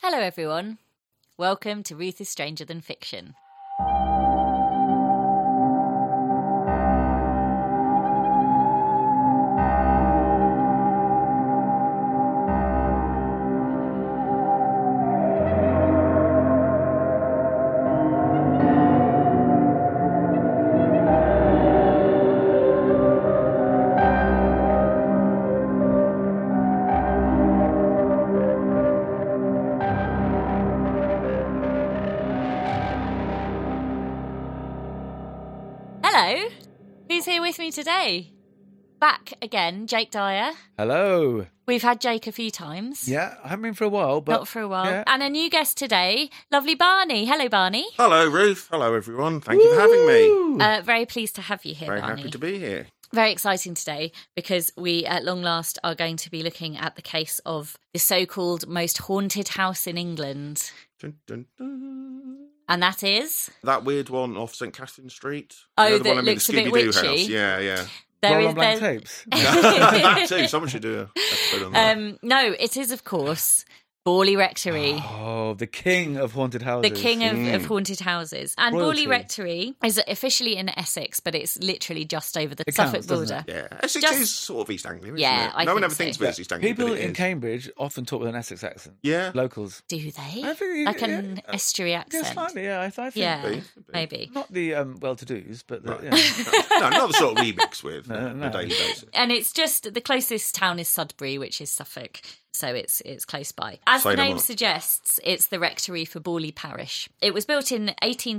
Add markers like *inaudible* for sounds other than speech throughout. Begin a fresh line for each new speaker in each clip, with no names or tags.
Hello, everyone. Welcome to Ruth is Stranger Than Fiction. Hello. Who's here with me today? Back again, Jake Dyer.
Hello.
We've had Jake a few times.
Yeah, I haven't been for a while, but
Not for a while. Ah,
yeah.
And a new guest today, lovely Barney. Hello, Barney.
Hello, Ruth. Hello, everyone. Thank you for having me.
Woo!
Uh, very pleased to have you here,
Very
Barney.
happy to be here.
very exciting today because we, at long last, are going to be looking at the case of the so called most haunted house in England.
Dun, dun, dun.
And that is.
That weird one off St Catherine Street.
Oh,
the other
that
one I'm in
looks a
the
bit
Scooby-Doo
witchy.
house.
*laughs*
Yeah, yeah.
there
Roll
is
on blank
there- *laughs*
tapes.
that too. Someone should do a episode on that.
Um, no, it is, of course, Borley Rectory.
Oh, the king of haunted houses. Hmm.
the king of, of haunted houses. And
Mm. Royalty.
Borley Rectory is officially in Essex, but it's literally just over the
It
Suffolk
counts, doesn't
border.
yeah, Essex
Just-
is sort of East Anglia. Isn't
Yeah,
it?
I
no one
think
ever
so.
thinks of it as East Anglia.
People
but it
in
is.
Cambridge often talk with an Essex accent.
Yeah.
Locals.
Do they?
I think-
like an
yeah, uh,
estuary accent.
Yeah, slightly. Yeah, I, I think.
Yeah,
Maybe,
maybe.
Not the um, well-to-dos, but the,
*laughs*
Right.
yeah.
*laughs* no, not the sort of we mix with
No,
on
no.
a daily basis.
And it's just the closest town is Sudbury, which is Suffolk, so it's it's close by. As
Say
the
no
name
more.
suggests, it's the rectory for Borley Parish. It was built in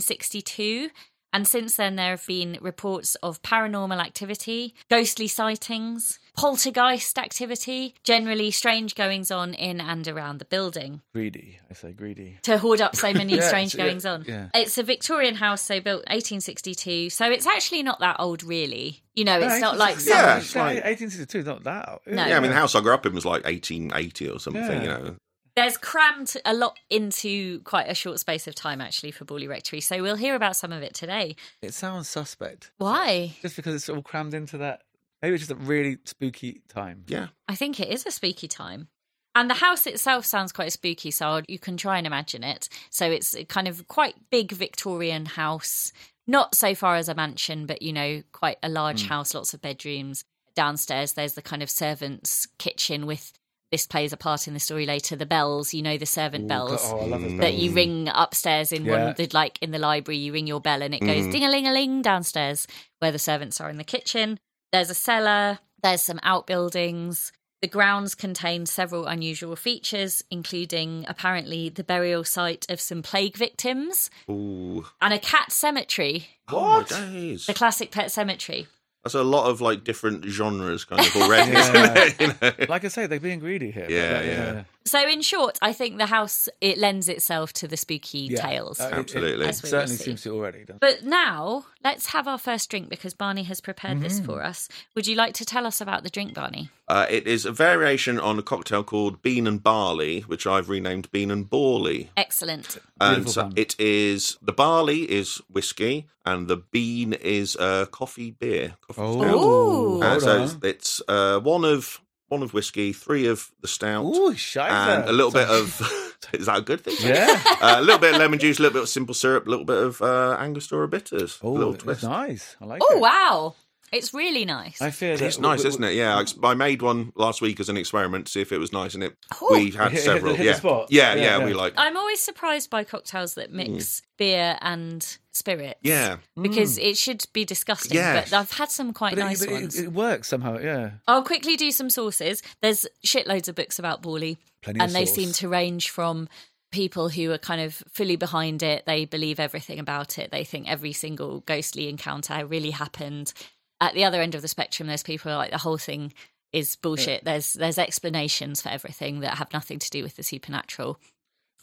1862, and since then there have been reports of paranormal activity, ghostly sightings, poltergeist activity, generally strange goings on in and around the building
greedy. I say greedy.
to hoard up so many
*laughs* Yeah,
strange
it's- yeah,
goings on.
yeah.
It's a Victorian house, so built 1862. So it's actually not that old, really. You know, it's not like some.
Yeah,
yeah,
it's like-
1862. Not that.
No.
Yeah, I mean, the house I grew up in was like 1880 or something,
Yeah.
you know.
There's crammed a lot into quite a short space of time, actually, for Borley Rectory. So we'll hear about some of it today.
It sounds suspect,
Why?
just because it's all crammed into that. Maybe it's just a really spooky time.
Yeah.
I think it is a spooky time. And the house itself sounds quite spooky, so you can try and imagine it. So it's a kind of quite big Victorian house, not so far as a mansion, but you know, quite a large house, lots of bedrooms. Downstairs, there's the kind of servants' kitchen with this plays a part in the story later. The bells, you know, the servant
Ooh,
bells.
Oh, I love
Hmm.
those
that you
bells.
ring upstairs in one
Yeah. Mm-hmm.
of the like in the library you ring your bell and it goes ding a ling a ling downstairs where the servants are in the kitchen there's a cellar there's some outbuildings the grounds contain several unusual features including apparently the burial site of some plague victims
Ooh.
and a cat cemetery
What? Oh, my days.
the classic pet cemetery
That's a lot of like different genres kind
*laughs*
of already.
Yeah.
isn't it? You know?
Like I say, they're being greedy here. but,
Yeah,
uh,
yeah.
so in short i think the house it lends itself to the spooky
Yeah.
tales
Uh, it- it
Absolutely.
That's what we'll
certainly
see.
seems to already. Doesn't it?
But now let's have our first drink because Barney has prepared this
Mm.
for us. Would you like to tell us about the drink, Barney?
Uh, it is a variation on a cocktail called Bean and Barley, which I've renamed Bean and Barley.
Excellent.
And
Beautiful
so
pun.
it is the barley is whiskey, and the bean is uh, coffee beer. Coffee
Ooh.
stout. Uh,
Oh, hold
so
on.
it's, it's uh, one of one of whiskey, three of the stout,
Ooh, shiza.
and a little bit of. *laughs* is that a good thing?
yeah.
Uh, a little bit of lemon juice, a little bit of simple syrup, a little bit of uh, Angostura bitters. a
Oh,
little
it's
twist.
nice. I like
Oh
it.
wow, it's really nice.
I fear that
It's nice, isn't it? Yeah, I ex- I made one last week as an experiment to see if it was nice, and it
*laughs*
we
Hit-
had
hit
several.
the- hit the
yeah.
spot.
yeah,
Yeah,
yeah,
yeah.
we like.
I'm always surprised by cocktails that mix
Mm.
beer and spirits.
Yeah.
because it should be disgusting.
Yes.
But I've had some quite
But it,
nice
but it-
ones.
it works somehow. Yeah.
I'll quickly do some sources. There's shitloads of books about Borley,
Plenty of
and they
sauce.
seem to range from people who are kind of fully behind it. They believe everything about it. They think every single ghostly encounter really happened. At the other end of the spectrum, there's people who are like the whole thing is bullshit. There's there's explanations for everything that have nothing to do with the supernatural.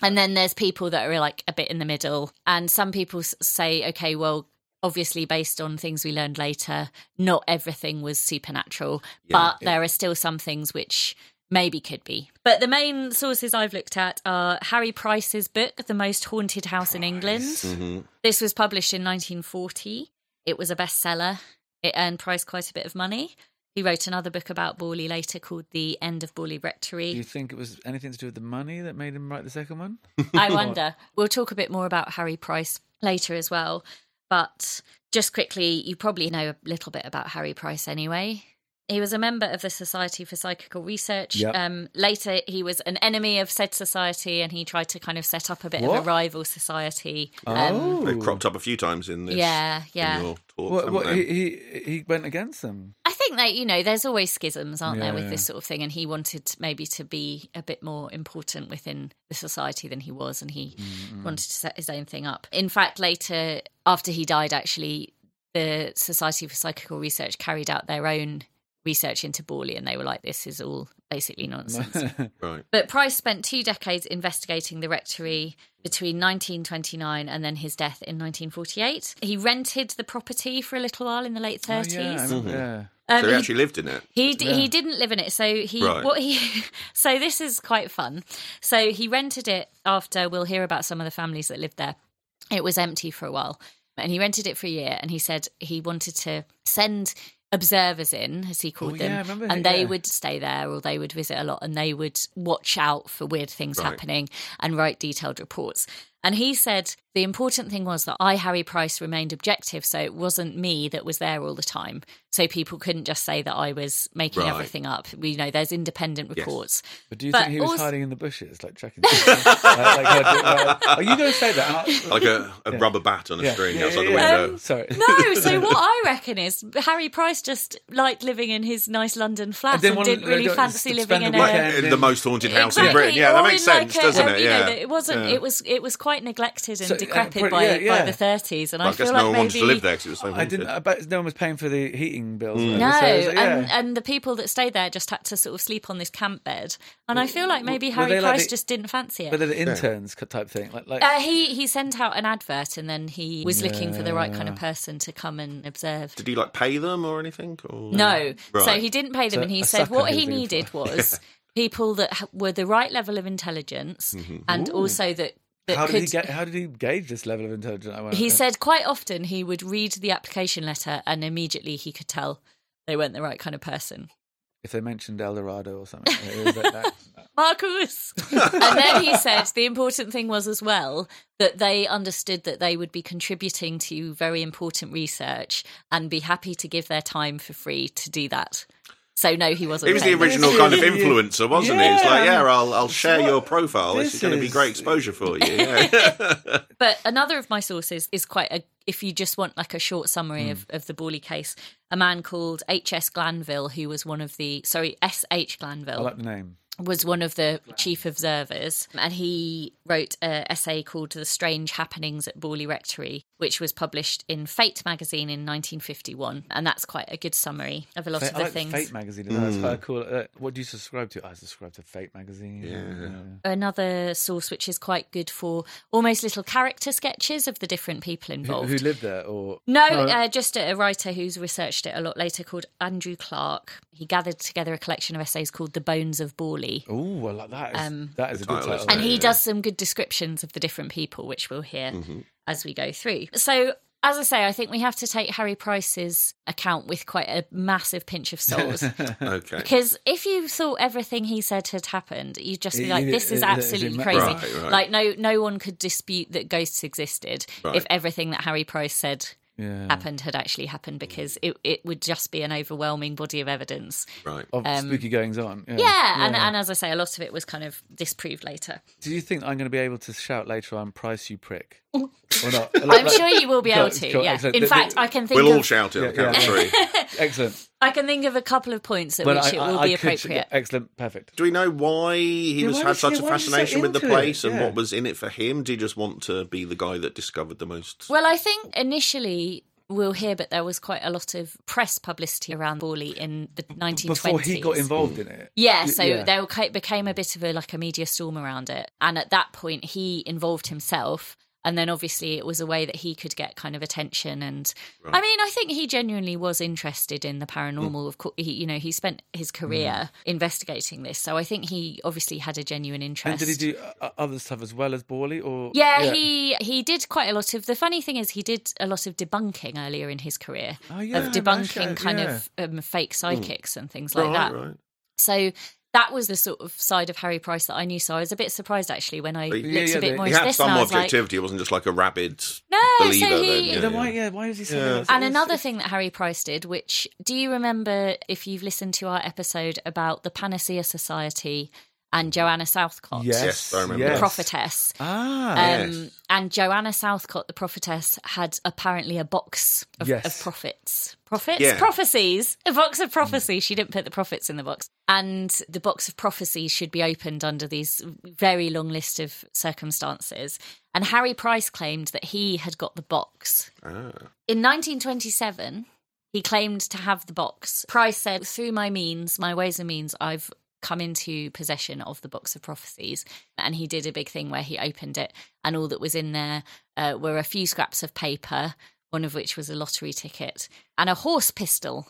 And then there's people that are like a bit in the middle. And some people s- say, okay, well, obviously, based on things we learned later, not everything was supernatural, but there are still some things which maybe could be. But the main sources I've looked at are Harry Price's book, The Most Haunted House in England.
mm-hmm.
This was published in 1940. It was a bestseller. It earned Price quite a bit of money. He wrote another book about Borley later called The End of Borley Rectory.
Do you think it was anything to do with the money that made him write the second one? *laughs*
I wonder. We'll talk a bit more about Harry Price later as well. But just quickly, you probably know a little bit about Harry Price anyway. He was a member of the Society for Psychical Research.
Yep.
Um, later, he was an enemy of said society and he tried to kind of set up a bit of
What?
a rival society. Um,
oh,
They've cropped up a few times in this.
yeah,
in
yeah.
your talk,
What,
haven't
what,
they?
he, he he went against them.
I think that, you know, there's always schisms, aren't there,
Yeah,
with
yeah.
this sort of thing. And he wanted maybe to be a bit more important within the society than he was. And he wanted to set his own thing up. In fact, later, after he died, actually, the Society for Psychical Research carried out their own research into Borley and they were like, this is all
*laughs*
basically nonsense.
Right.
But Price spent two decades investigating the rectory between 1929 and then his death in 1948. He rented the property for a little while in the late 30s.
Oh, yeah, I remember, yeah.
Um,
so he
he-
actually lived in it.
he d-
Yeah.
he didn't live in it, so he
Right.
what he *laughs* so this is quite fun. So he rented it after we'll hear about some of the families that lived there. It was empty for a while, and he rented it for a year. And he said he wanted to send observers in, as he called
Oh, yeah,
them,
I remember
and
that,
they
yeah.
would stay there or they would visit a lot, and they would watch out for weird things
Right.
happening and write detailed reports. And he said the important thing was that I, Harry Price, remained objective. So it wasn't me that was there all the time. So people couldn't just say that I was making
Right.
everything up. We you know there's independent reports.
But do you
But
think he was
also-
hiding in the bushes, like tracking? like, like, like, oh, you don't say that. and I-
Like
*laughs*
a, a rubber bat on a
Yeah.
string
Yeah,
outside
yeah,
the
yeah.
window.
Um,
Sorry.
*laughs*
*laughs*
No, so what I reckon is Harry Price just liked living in his nice London flat and
didn't
didn't,
want to-
really
don't
fancy
spend
living
the
in
weekend.
a
Yeah.
In the most haunted house in Britain. Yeah, that
or
makes
in like
sense,
a-
doesn't
um,
it?
you know,
Yeah.
that it wasn't.
Yeah.
It was. It was quite neglected and
So, uh,
decrepit
pretty-
by,
yeah, yeah.
by the thirties, and I,
I guess
feel
no
like
one
maybe
wanted to live there because it was so
I
haunted.
didn't. uh I bet no one was paying for the heating bills. or
No,
whatever, so it was- yeah.
and uh, and the people that stayed there just had to sort of sleep on this camp bed, and I feel like maybe
were
Harry
they like
Price
the-
just didn't fancy
but
it.
they're the interns co- type thing. Like, like
Uh, he he sent out an advert, and then he was looking for the right kind of person to come and observe.
Did he like pay them or anything? Or...
No, so
Right.
he didn't pay them,
So
and he
a
said
sucker
what
he
he
was looking
needed was
*laughs*
people that ha- were the right level of intelligence,
Mm-hmm.
and also that that
how
could.
did he get? How did he gauge this level of intelligence? I wonder.
He said quite often he would read the application letter, and immediately he could tell they weren't the right kind of person. *laughs*
if they mentioned El Dorado or something. it was like that.
*laughs*
Marcus. and then he said the important thing was as well that they understood that they would be contributing to very important research and be happy to give their time for free to do that. So no, he wasn't.
He was the
paying them.
original kind of
Yeah, yeah.
influencer, wasn't he? It's like,
Yeah.
yeah, I'll, I'll share
what-
your profile. This,
this
is going to be
is-
great exposure
*laughs*
for you. Yeah.
But another of my sources is quite a. If you just want like a short summary
Hmm.
of, of the Borley case, a man called H.S. Glanville, who was one of the sorry S.H.
I
Glanville,
like the name.
was one of the chief observers, and he wrote an essay called The Strange Happenings at Borley Rectory, which was published in Fate magazine in 1951. And that's quite a good summary of a lot
Fate,
of
I
the
like
things.
Fate magazine. as well. That's quite cool. Uh, what do you subscribe to? I subscribe to Fate magazine. Yeah.
Another source which is quite good for almost little character sketches of the different people
Who,
involved.
uh, who lived there? Or
No, uh, just a, a writer who's researched it a lot later called Andrew Clark. He gathered together a collection of essays called The Bones of Borley.
oh, I like that. Is,
Um,
that is a good
title,
title.
isn't
And
Yeah,
he
yeah.
does some good descriptions of the different people, which we'll hear as we go through. So, as I say, I think we have to take Harry Price's account with quite a massive pinch of salt.
okay.
Because if you thought everything he said had happened, you'd just be
It-
like,
it-
"This is
it-
absolutely
it-
crazy."
Right, right.
Like, no, no one could dispute that ghosts existed if everything that Harry Price said
Yeah.
happened had actually happened, because it it would just be an overwhelming body of evidence.
Right.
Of spooky goings on. Yeah.
um, Yeah, and and as I say, a lot of it was kind of disproved later.
Do you think I'm going to be able to shout later on, price you
*laughs*
prick? or not? Like-
I'm sure you will
*laughs*
be
Cool,
able to.
cool,
yeah.
excellent.
In
The-
fact,
the-
I can think.
We'll
of,
all shout it on the
Yeah,
count of
*laughs*
three.
excellent.
I can think of a couple of points at
But
which
I,
it
I-
will
I
be
could-
appropriate.
Excellent. Perfect.
Do we know why he was
why
had
was
such
he-
a
why was he so
fascination with the
into it?
place and
Yeah.
what was in it for him? Did he just want to be the guy that discovered the most?
well, I think initially we'll hear, but there was quite a lot of press publicity around Borley in the 1920s.
Before he got involved in it.
Yeah, so
yeah.
there ca- became a bit of a like a media storm around it, and at that point he involved himself, And then obviously it was a way that he could get kind of attention. And
Right.
I mean, I think he genuinely was interested in the
Mm.
paranormal. Of course, he, you know, he spent his career investigating this. So I think he obviously had a genuine interest.
And did he do uh, other stuff as well as Borley? Or
Yeah, he he did quite a lot of. The funny thing is, he did a lot of debunking earlier in his career
Oh, yeah,
of
that's
debunking
right,
kind
yeah. Mm.
of um, fake psychics and things like
right,
that.
right.
So that was the sort of side of Harry Price that I knew. So I was a bit surprised actually when I
But-
looked
Yeah, yeah,
a bit
they-
more
He
into
had
this.
some
and I was like,
objectivity. it wasn't just like a rabid
no,
believer.
so
then,
he.
yeah,
Then
yeah.
why? Yeah, why is he saying
Yeah.
that?
And another thing that Harry Price did, which do you remember if you've listened to our episode about the Panacea Society and Joanna Southcott,
Yes,
Yes, I remember
the
yes.
that.
prophetess?
Ah,
Yeah.
Um,
Yes.
And Joanna Southcott, the prophetess, had apparently a box of,
Yes.
of prophets. Prophets?
Yeah.
Prophecies. A box of prophecies. She didn't put the prophets in the box. And the box of prophecies should be opened under these very long list of circumstances. And Harry Price claimed that he had got the box.
Ah.
In 1927, he claimed to have the box. Price said, through my means, my ways and means, I've come into possession of the box of prophecies. And he did a big thing where he opened it, and all that was in there uh, were a few scraps of paper, one of which was a lottery ticket and a horse pistol.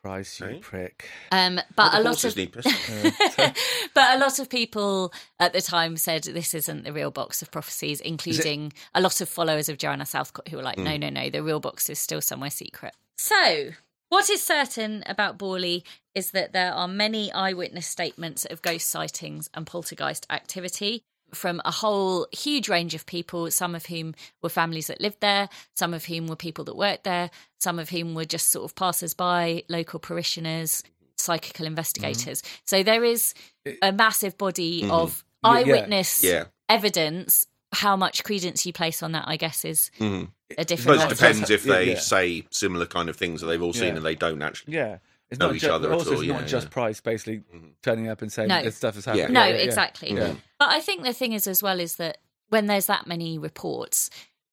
Price, you
Right.
prick.
Um,
Well,
but a
the
lot
horses
of *laughs*
need pistols.
but a lot of people at the time said this isn't the real box of prophecies, including a lot of followers of Joanna Southcott who were like, no, no, no, the real box is still somewhere secret. So, what is certain about Borley is that there are many eyewitness statements of ghost sightings and poltergeist activity from a whole huge range of people, some of whom were families that lived there, some of whom were people that worked there, some of whom were just sort of passers by, local parishioners, psychical investigators. So there is a massive body of
Mm-hmm. Yeah, yeah.
eyewitness
Yeah.
evidence. How much credence you place on that, I guess, is
Mhm.
a
I
different
suppose it
matter.
depends if
Yeah,
they
yeah.
say similar kind of things that they've all seen
Yeah.
and they don't actually.
Yeah, it's
Know
not
each
ju-
other at
also,
all,
It's
yeah,
not just
yeah. Mm-hmm.
Price basically turning up and saying
No.
this stuff has happened.
No,
Yeah, yeah, yeah.
exactly.
Yeah.
But I think the thing is as well is that when there's that many reports,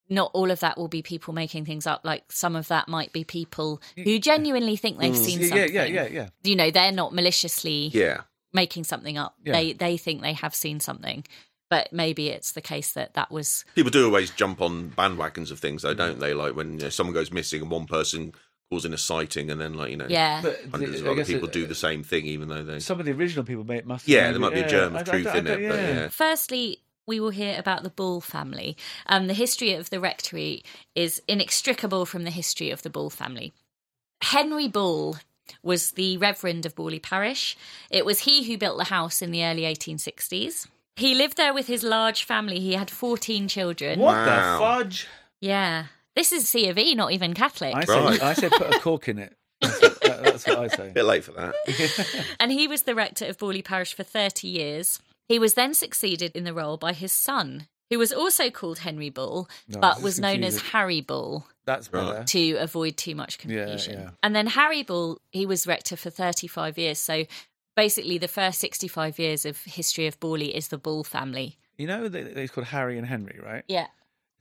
not all of that will be people making things up. Like some of that might be people who genuinely think they've seen
Mm. Yeah, yeah,
something.
yeah, yeah, yeah.
You know, they're not maliciously
Yeah.
making something up.
Yeah.
They they think they have seen something, but maybe it's the case that that was
People do always jump on bandwagons of things, though, don't they? Like when you know, someone goes missing and one person causing a sighting, and then like you know,
yeah.
But
hundreds
I
of other
guess
people
it- uh,
do the same thing, even though they.
Some of the original people may, must.
yeah,
have
there might be a
yeah,
germ of
I- I
truth
don't-
in
I
it,
don't-
but yeah.
Firstly, we will hear about the Bull family. Um, the history of the rectory is inextricable from the history of the Bull family. Henry Bull was the Reverend of Borley Parish. It was he who built the house in the early 1860s. He lived there with his large family. He had 14 children.
What
Wow.
the fudge?
Yeah. This is C of E, not even Catholic.
I
Right.
say, I say, put a cork in it. That's what, that, that's what I
*laughs*
say.
bit late for
*laughs*
that.
and he was the rector of Borley Parish for 30 years. He was then succeeded in the role by his son, who was also called Henry Bull,
No,
but
this
was
is
known as
confusing.
Harry Bull
That's better.
to avoid too much confusion.
yeah.
And then Harry Bull, he was rector for 35 years. So basically, the first 65 years of history of Borley is the Bull family.
You know, they, they- it's called Harry and Henry, right?
Yeah.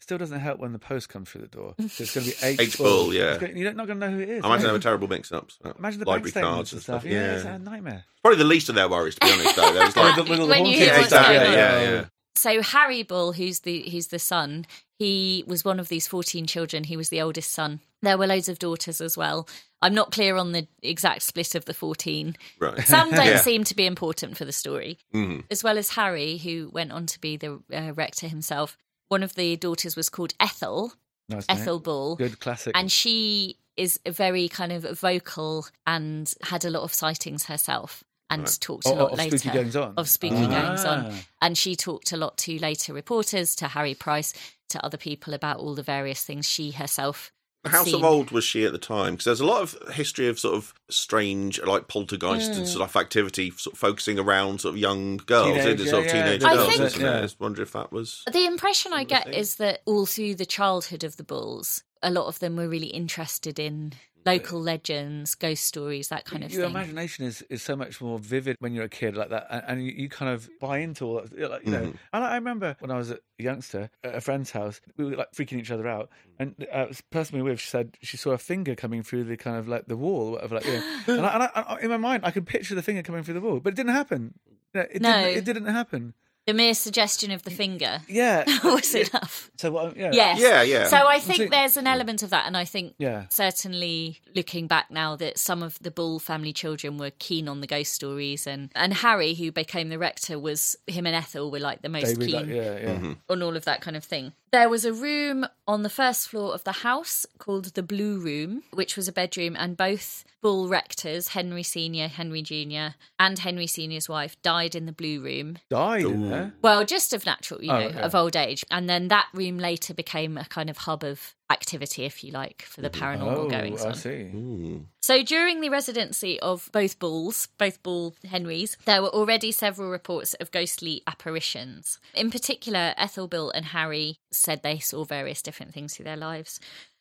Still doesn't help when the post comes through the
*laughs*
door. So it's going to be H.
H. Bull, yeah.
It's gonna- you're not going to know who it is.
I imagine they
right?
have a terrible mix-ups.
Imagine the bank
library
statements
cards
and stuff. Yeah, it's a nightmare.
Probably the least of their worries, to be honest. Though there was like,
With all
*laughs*
the
When you
haunted
hear
*laughs* yeah,
what's
stuff.
exactly,
going on.
yeah, yeah.
So Harry Bull, who's the who's the son, he was one of these fourteen children. He was the oldest son. There were loads of daughters as well. I'm not clear on the exact split of the fourteen.
right.
Some don't
Yeah.
seem to be important for the story,
Mhm.
as well as Harry, who went on to be the uh, rector himself. One of the daughters was called Ethel,
Nice name.
Ethel Bull,
Good classic.
and she is very kind of vocal and had a lot of sightings herself and
Right.
talked a
Oh,
lot
of
later
spooky goings on.
of spooky
Ah.
goings on and she talked a lot to later reporters to harry price to other people about all the various things she herself had
How sort
seen.
of old was she at the time? Because there's a lot of history of sort of strange, like poltergeist
Hmm.
and sort of activity, sort of focusing around sort of young girls,
Teenage,
isn't it? sort of
yeah, yeah.
teenage
I
girls.
think-
isn't it?
Yeah.
I just wonder if that was
the impression i get
thing.
is that all through the childhood of the bulls a lot of them were really interested in local legends ghost stories that kind of
Your
thing
imagination is, is so much more vivid when you're a kid like that, and, and you, you kind of buy into all that. You're like, you know,
Mm-hmm.
and I remember when I was a youngster at a friend's house, we were like freaking each other out,
Mm.
and uh, this person we were with she said she saw a finger coming through the kind of like the wall, or whatever.
*gasps*
Like, you know. and, I, and I, in my mind, I could picture the finger coming through the wall, but it didn't happen. You know, It
No.
didn't, it didn't happen.
The mere suggestion of the finger *laughs*
Yeah.
was enough.
So what? Yeah.
Yes.
Yeah, yeah.
So I
So-
think there's an element of that, and I think
Yeah.
certainly looking back now that some of the Bull family children were keen on the ghost stories, and and Harry, who became the rector, was him and Ethel were like the most
They really
keen
like- yeah, yeah.
Mm-hmm.
on all of that kind of thing. There was a room on the first floor of the house called the Blue Room, which was a bedroom, and both Bull rectors, Henry Senior, Henry Junior, and Henry Senior's wife, died in the Blue Room.
Died in
Ooh.
there.
Well, just of natural, you
Oh,
know,
yeah.
of old age. And then that room later became a kind of hub of activity, if you like, for the paranormal
Oh,
goings
I
on.
see.
Mm.
So during the residency of both Bulls, both Bull Henrys, there were already several reports of ghostly apparitions. In particular, Ethelbill and Harry said they saw various different things through their lives.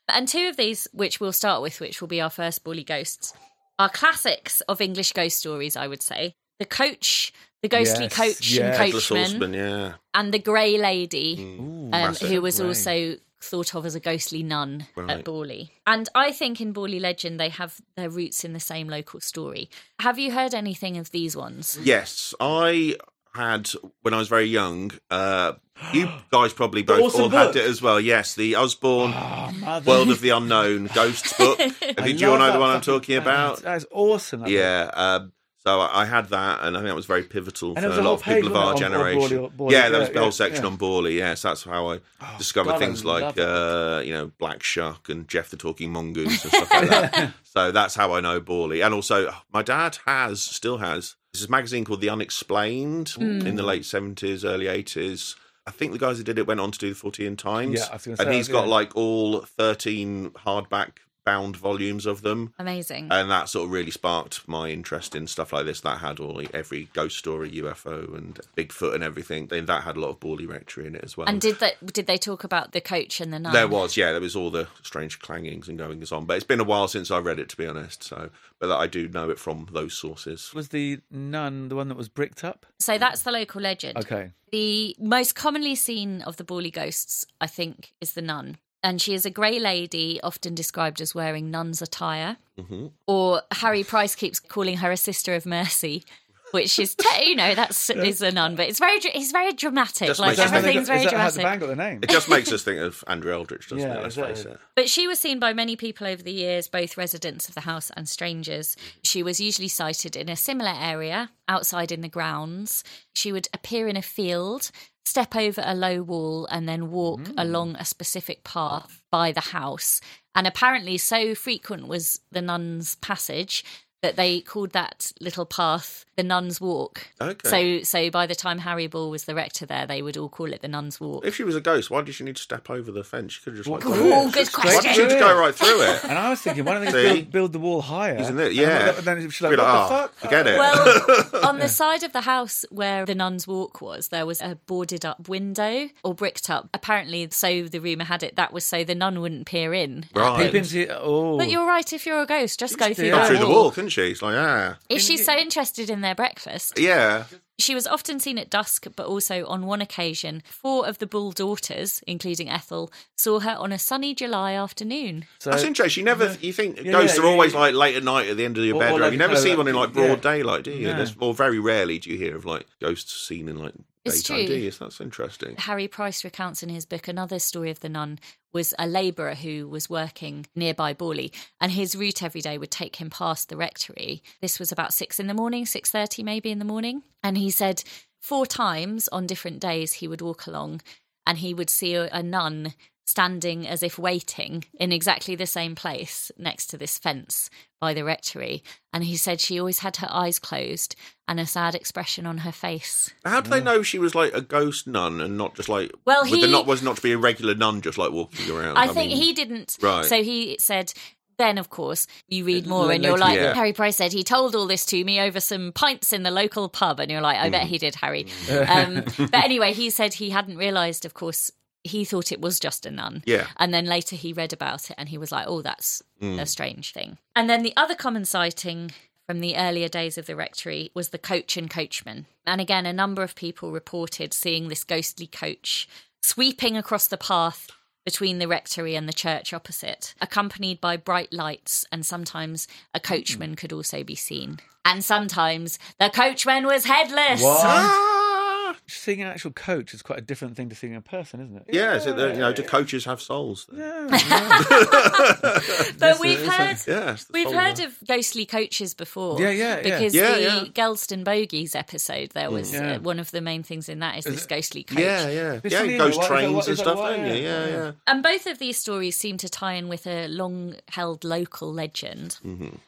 And two of these, which we'll start with, which will be our first Bully ghosts, are classics of English ghost stories, I would say. The coach, the ghostly
Yes,
coach
yes.
and
Nicholas
coachman
Horseman, yeah.
and the Grey Lady,
Ooh,
um,
massive.
who was
Mm. Grey.
also thought of as a ghostly nun at
Right.
Borley. And I think in Borley legend, they have their roots in the same local story. Have you heard anything of these ones?
Yes, I had when I was very young. Uh,
*gasps*
you guys probably both
awesome
all
book.
had it as well. Yes,
*gasps*
the Osborne
Oh, mother.
World of the Unknown Ghosts
*laughs*
book. Have
I
you, do you all
love
know the
that
one I'm
fucking-
talking about?
That's awesome. that book.
Yeah. Um, so I, I had that, and I think that was very pivotal
And
for
there was
a
a
lot
whole
of
page,
people of our
wasn't there, on- on
generation.
Borley- Borley,
yeah, there
yeah,
was the whole
yeah,
section
yeah.
on Borley. Yes, that's how I discovered
God, I
things
love
like
that
uh, you know Black Shark and Jeff the Talking Mongoose and stuff like that.
*laughs*
so that's how I know Borley. And also, oh, my dad has still has this is a magazine called The Unexplained
Hmm.
in the late seventies, early eighties. I think the guys who did it went on to do the 14 times.
Yeah, I was gonna
and
say,
he's got
yeah.
like all 13 hardback bound volumes of them
Amazing.
and that sort of really sparked my interest in stuff like this. That had all every ghost story, UFO, and Bigfoot, and everything. Then that had a lot of Borley rectory in it as well.
and did that? Did they talk about the coach and the nun?
there was, yeah, there was all the strange clangings and goings on. But it's been a while since I read it, to be honest. So, but I do know it from those sources.
Was the nun the one that was bricked up?
So that's the local legend.
Okay.
The most commonly seen of the Borley ghosts, I think, is the nun. And she is a grey lady, often described as wearing nun's attire.
hmm
or Harry Price keeps calling her a sister of mercy, which
*laughs*
is te- you know that's is a nun, but it's very dr- it's very dramatic.
Just
like
makes it sound
everything's
is that
very
how the band
dramatic.
got the name?
It just makes us think of Andrew Eldritch,
*laughs*
doesn't
Yeah,
it? Let's
exactly.
face it.
But she was seen by many people over the years, both residents of the house and strangers. She was usually sighted in a similar area, outside in the grounds. She would appear in a field, step over a low wall, and then walk along a specific path by the house. And apparently, so frequent was the nun's passage that they called that little path the nun's walk.
Okay.
So, so by the time Harry Ball was the rector there, they would all call it the nun's walk.
If she was a ghost, why did she need to step over the fence? She could have just like,
What-
gone-
Oh, good
Just
why did she
question.
just go right through
*laughs*
it?
And I was thinking, why don't they
See?
build, build the wall higher?
Isn't it?
And
Yeah.
then- then she's like,
Be
what
like,
the
"Ah,
fuck?
forget it. *laughs*
Well, on the side of the house where the nun's walk was, there was a boarded up window or bricked up. Apparently, so the rumour had it, that was so the nun wouldn't peer in.
right.
Peep into it. Oh.
But you're right, if you're a ghost, just go through,
go
Gone
that
through the
wall.
wall, couldn't she? It's like, ah.
If she's so interested in their breakfast.
Yeah.
She was often seen at dusk, but also on one occasion, four of the Bull daughters, including Ethel, saw her on a sunny July afternoon.
so,
That's interesting. You never you think
Yeah,
ghosts
yeah,
are
yeah,
always
yeah.
like late at night at the end of your
Or-
bedroom.
or like
you never
a-
see one in like
yeah.
broad daylight, do you?
No.
There's- Or very rarely do you hear of like ghosts seen in like
It's
daytime.
true.
Do you? So that's
*laughs*
interesting.
Harry Price recounts in his book another story of the nun was a labourer who was working nearby Borley, and his route every day would take him past the rectory. This was about six in the morning, six thirty maybe in the morning, and he said four times on different days he would walk along, and he would see a, a nun standing as if waiting in exactly the same place next to this fence by the rectory and he said she always had her eyes closed and a sad expression on her face
How do they know she was like a ghost nun and not just like
Well,
was the
he-
not was not to be a regular nun just like walking around?
I, think
mean,
he didn't.
Right.
So he said. Then, of course, you read more
l-
and you're
later-
like,
Yeah.
Harry Price said he told all this to me over some pints in the local pub. And you're like, I
Mm.
bet he did, Harry. Um,
*laughs*
but anyway, he said he hadn't realised, of course, he thought it was just a nun.
Yeah.
And then later he read about it and he was like, oh, that's
Mm.
a strange thing. And then the other common sighting from the earlier days of the rectory was the coach and coachman. And again, a number of people reported seeing this ghostly coach sweeping across the path between the rectory and the church opposite, accompanied by bright lights, and sometimes a
Hmm.
coachman could also be seen. And sometimes the coachman was headless.
What?
*laughs* Ah,
Seeing an actual coach is quite a different thing to seeing a person, isn't it?
Yeah, so the- you know, do coaches have souls?
Yeah, yeah.
But
Yes,
we've
it is,
heard
isn't
Yes,
we've heard of ghostly coaches before.
Yeah, yeah, yeah.
Because
Oh, Yeah,
the
yeah.
Gelston Bogies episode, there was
Yeah.
uh, one of the main things in that is, this ghostly coach.
Yeah, yeah,
There's
yeah.
something in
Ghost
it, what- is that
trains
what-
and
is that
stuff,
what-
don't you? Yeah,
yeah.
yeah.
And both of these stories seem to tie in with a long held local legend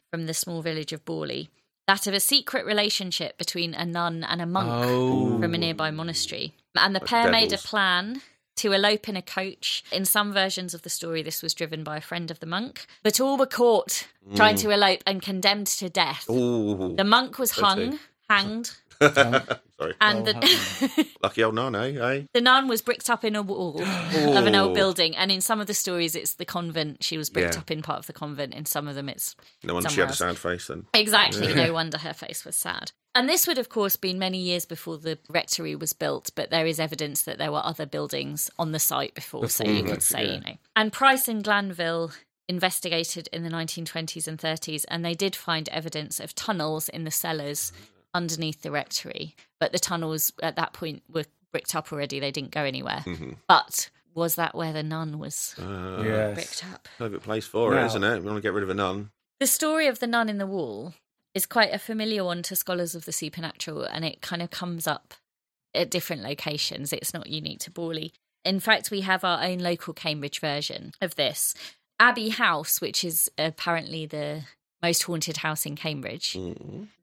from the small village of Borley that of a secret relationship between a nun and a monk
Oh.
from a nearby monastery. And the pair made a
devils.
plan to elope in a coach. In some versions of the story, this was driven by a friend of the monk, but all were caught trying to elope and condemned to death.
Ooh,
The monk was
Fancy.
hung, hanged,
*laughs* sorry.
and the.
Lucky old nun, eh? eh?
The nun was bricked up in a wall of an old building, and in some of the stories, it's the convent. She was bricked
Yeah.
up in part of the convent. In some of them, it's
No wonder she
somewhere
had a
else.
sad face then.
exactly
*laughs*
no wonder her face was sad. And this would, of course, been many years before the rectory was built, but there is evidence that there were other buildings on the site before, so
Before
you
the
could say,
rectory,
you know. And Price and Glanville investigated in the 1920s and 30s, and they did find evidence of tunnels in the cellars underneath the rectory, but the tunnels at that point were bricked up already; they didn't go anywhere.
Mm-hmm.
But was that where the nun was
Yes.
bricked up?
Perfect place for it,
Now-
isn't it? We want to get rid of a nun.
The story of the nun in the wall is quite a familiar one to scholars of the supernatural, and it kind of comes up at different locations. It's not unique to Borley. In fact, we have our own local Cambridge version of this. Abbey House, which is apparently the most haunted house in Cambridge,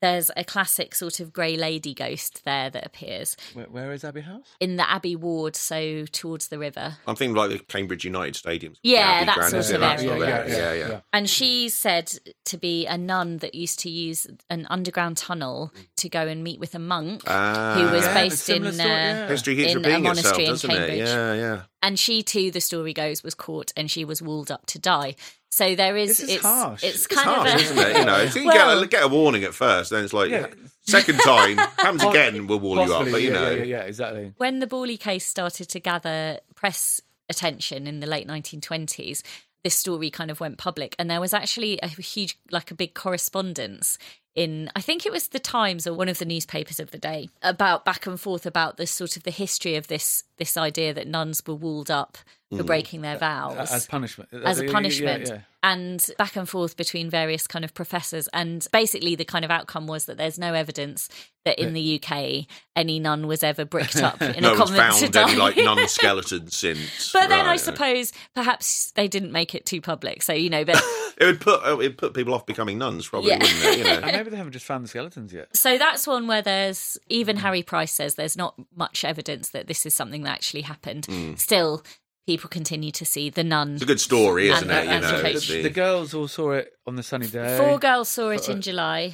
there's a classic sort of grey lady ghost there that appears
Where, where is Abbey House?
in the Abbey ward, so towards the river.
I'm thinking like the Cambridge United Stadium.
Yeah, that
grand,
sort
isn't it?
of
That
area.
sort of area. Yeah, yeah.
And she's said to be a nun that used to use an underground tunnel to go and meet with a monk
Ah.
who was
Yeah,
based in.
similar
uh,
story, yeah.
History keeps
in a
repeating itself,
monastery in
doesn't it?
Cambridge. *laughs*
Yeah, yeah.
And she too, the story goes, was caught and she was walled up to die. So there is.
This is
it's,
harsh.
It's
It's
kind
harsh,
of a,
isn't it? You know, if you
Well-
get, a, get a warning at first, then it's like,
Yeah.
second time, happens again, we'll wall you up.
Possibly,
But, you
yeah,
know,
yeah, yeah, yeah, exactly.
When the Borley case started to gather press attention in the late 1920s, this story kind of went public, and there was actually a huge, like a big correspondence in, I think it was the Times or one of the newspapers of the day, about back and forth about the sort of the history of this this idea that nuns were walled up for breaking their vows
As punishment.
as a
Yeah, yeah,
punishment
Yeah, yeah.
and back and forth between various kind of professors and basically the kind of outcome was that there's no evidence that in the UK any nun was ever bricked
*laughs*
up in
no
a
one's
convent to
found any,
die. *laughs*
like, nun skeletons since.
but then I
Right.
suppose perhaps they didn't make it too public so you know
*laughs*
but
It would put, it would put people off becoming nuns, probably,
Yeah.
wouldn't it? You know?
*laughs*
And maybe they haven't just found the skeletons yet.
so that's one where there's even
Mm.
Harry Price says there's not much evidence that this is something that actually happened
Mm.
still people continue to see the nun
It's a good story, isn't
And-
it? You
and
know,
the
it's
coach.
The girls all saw it on the sunny day.
Four girls saw it in July.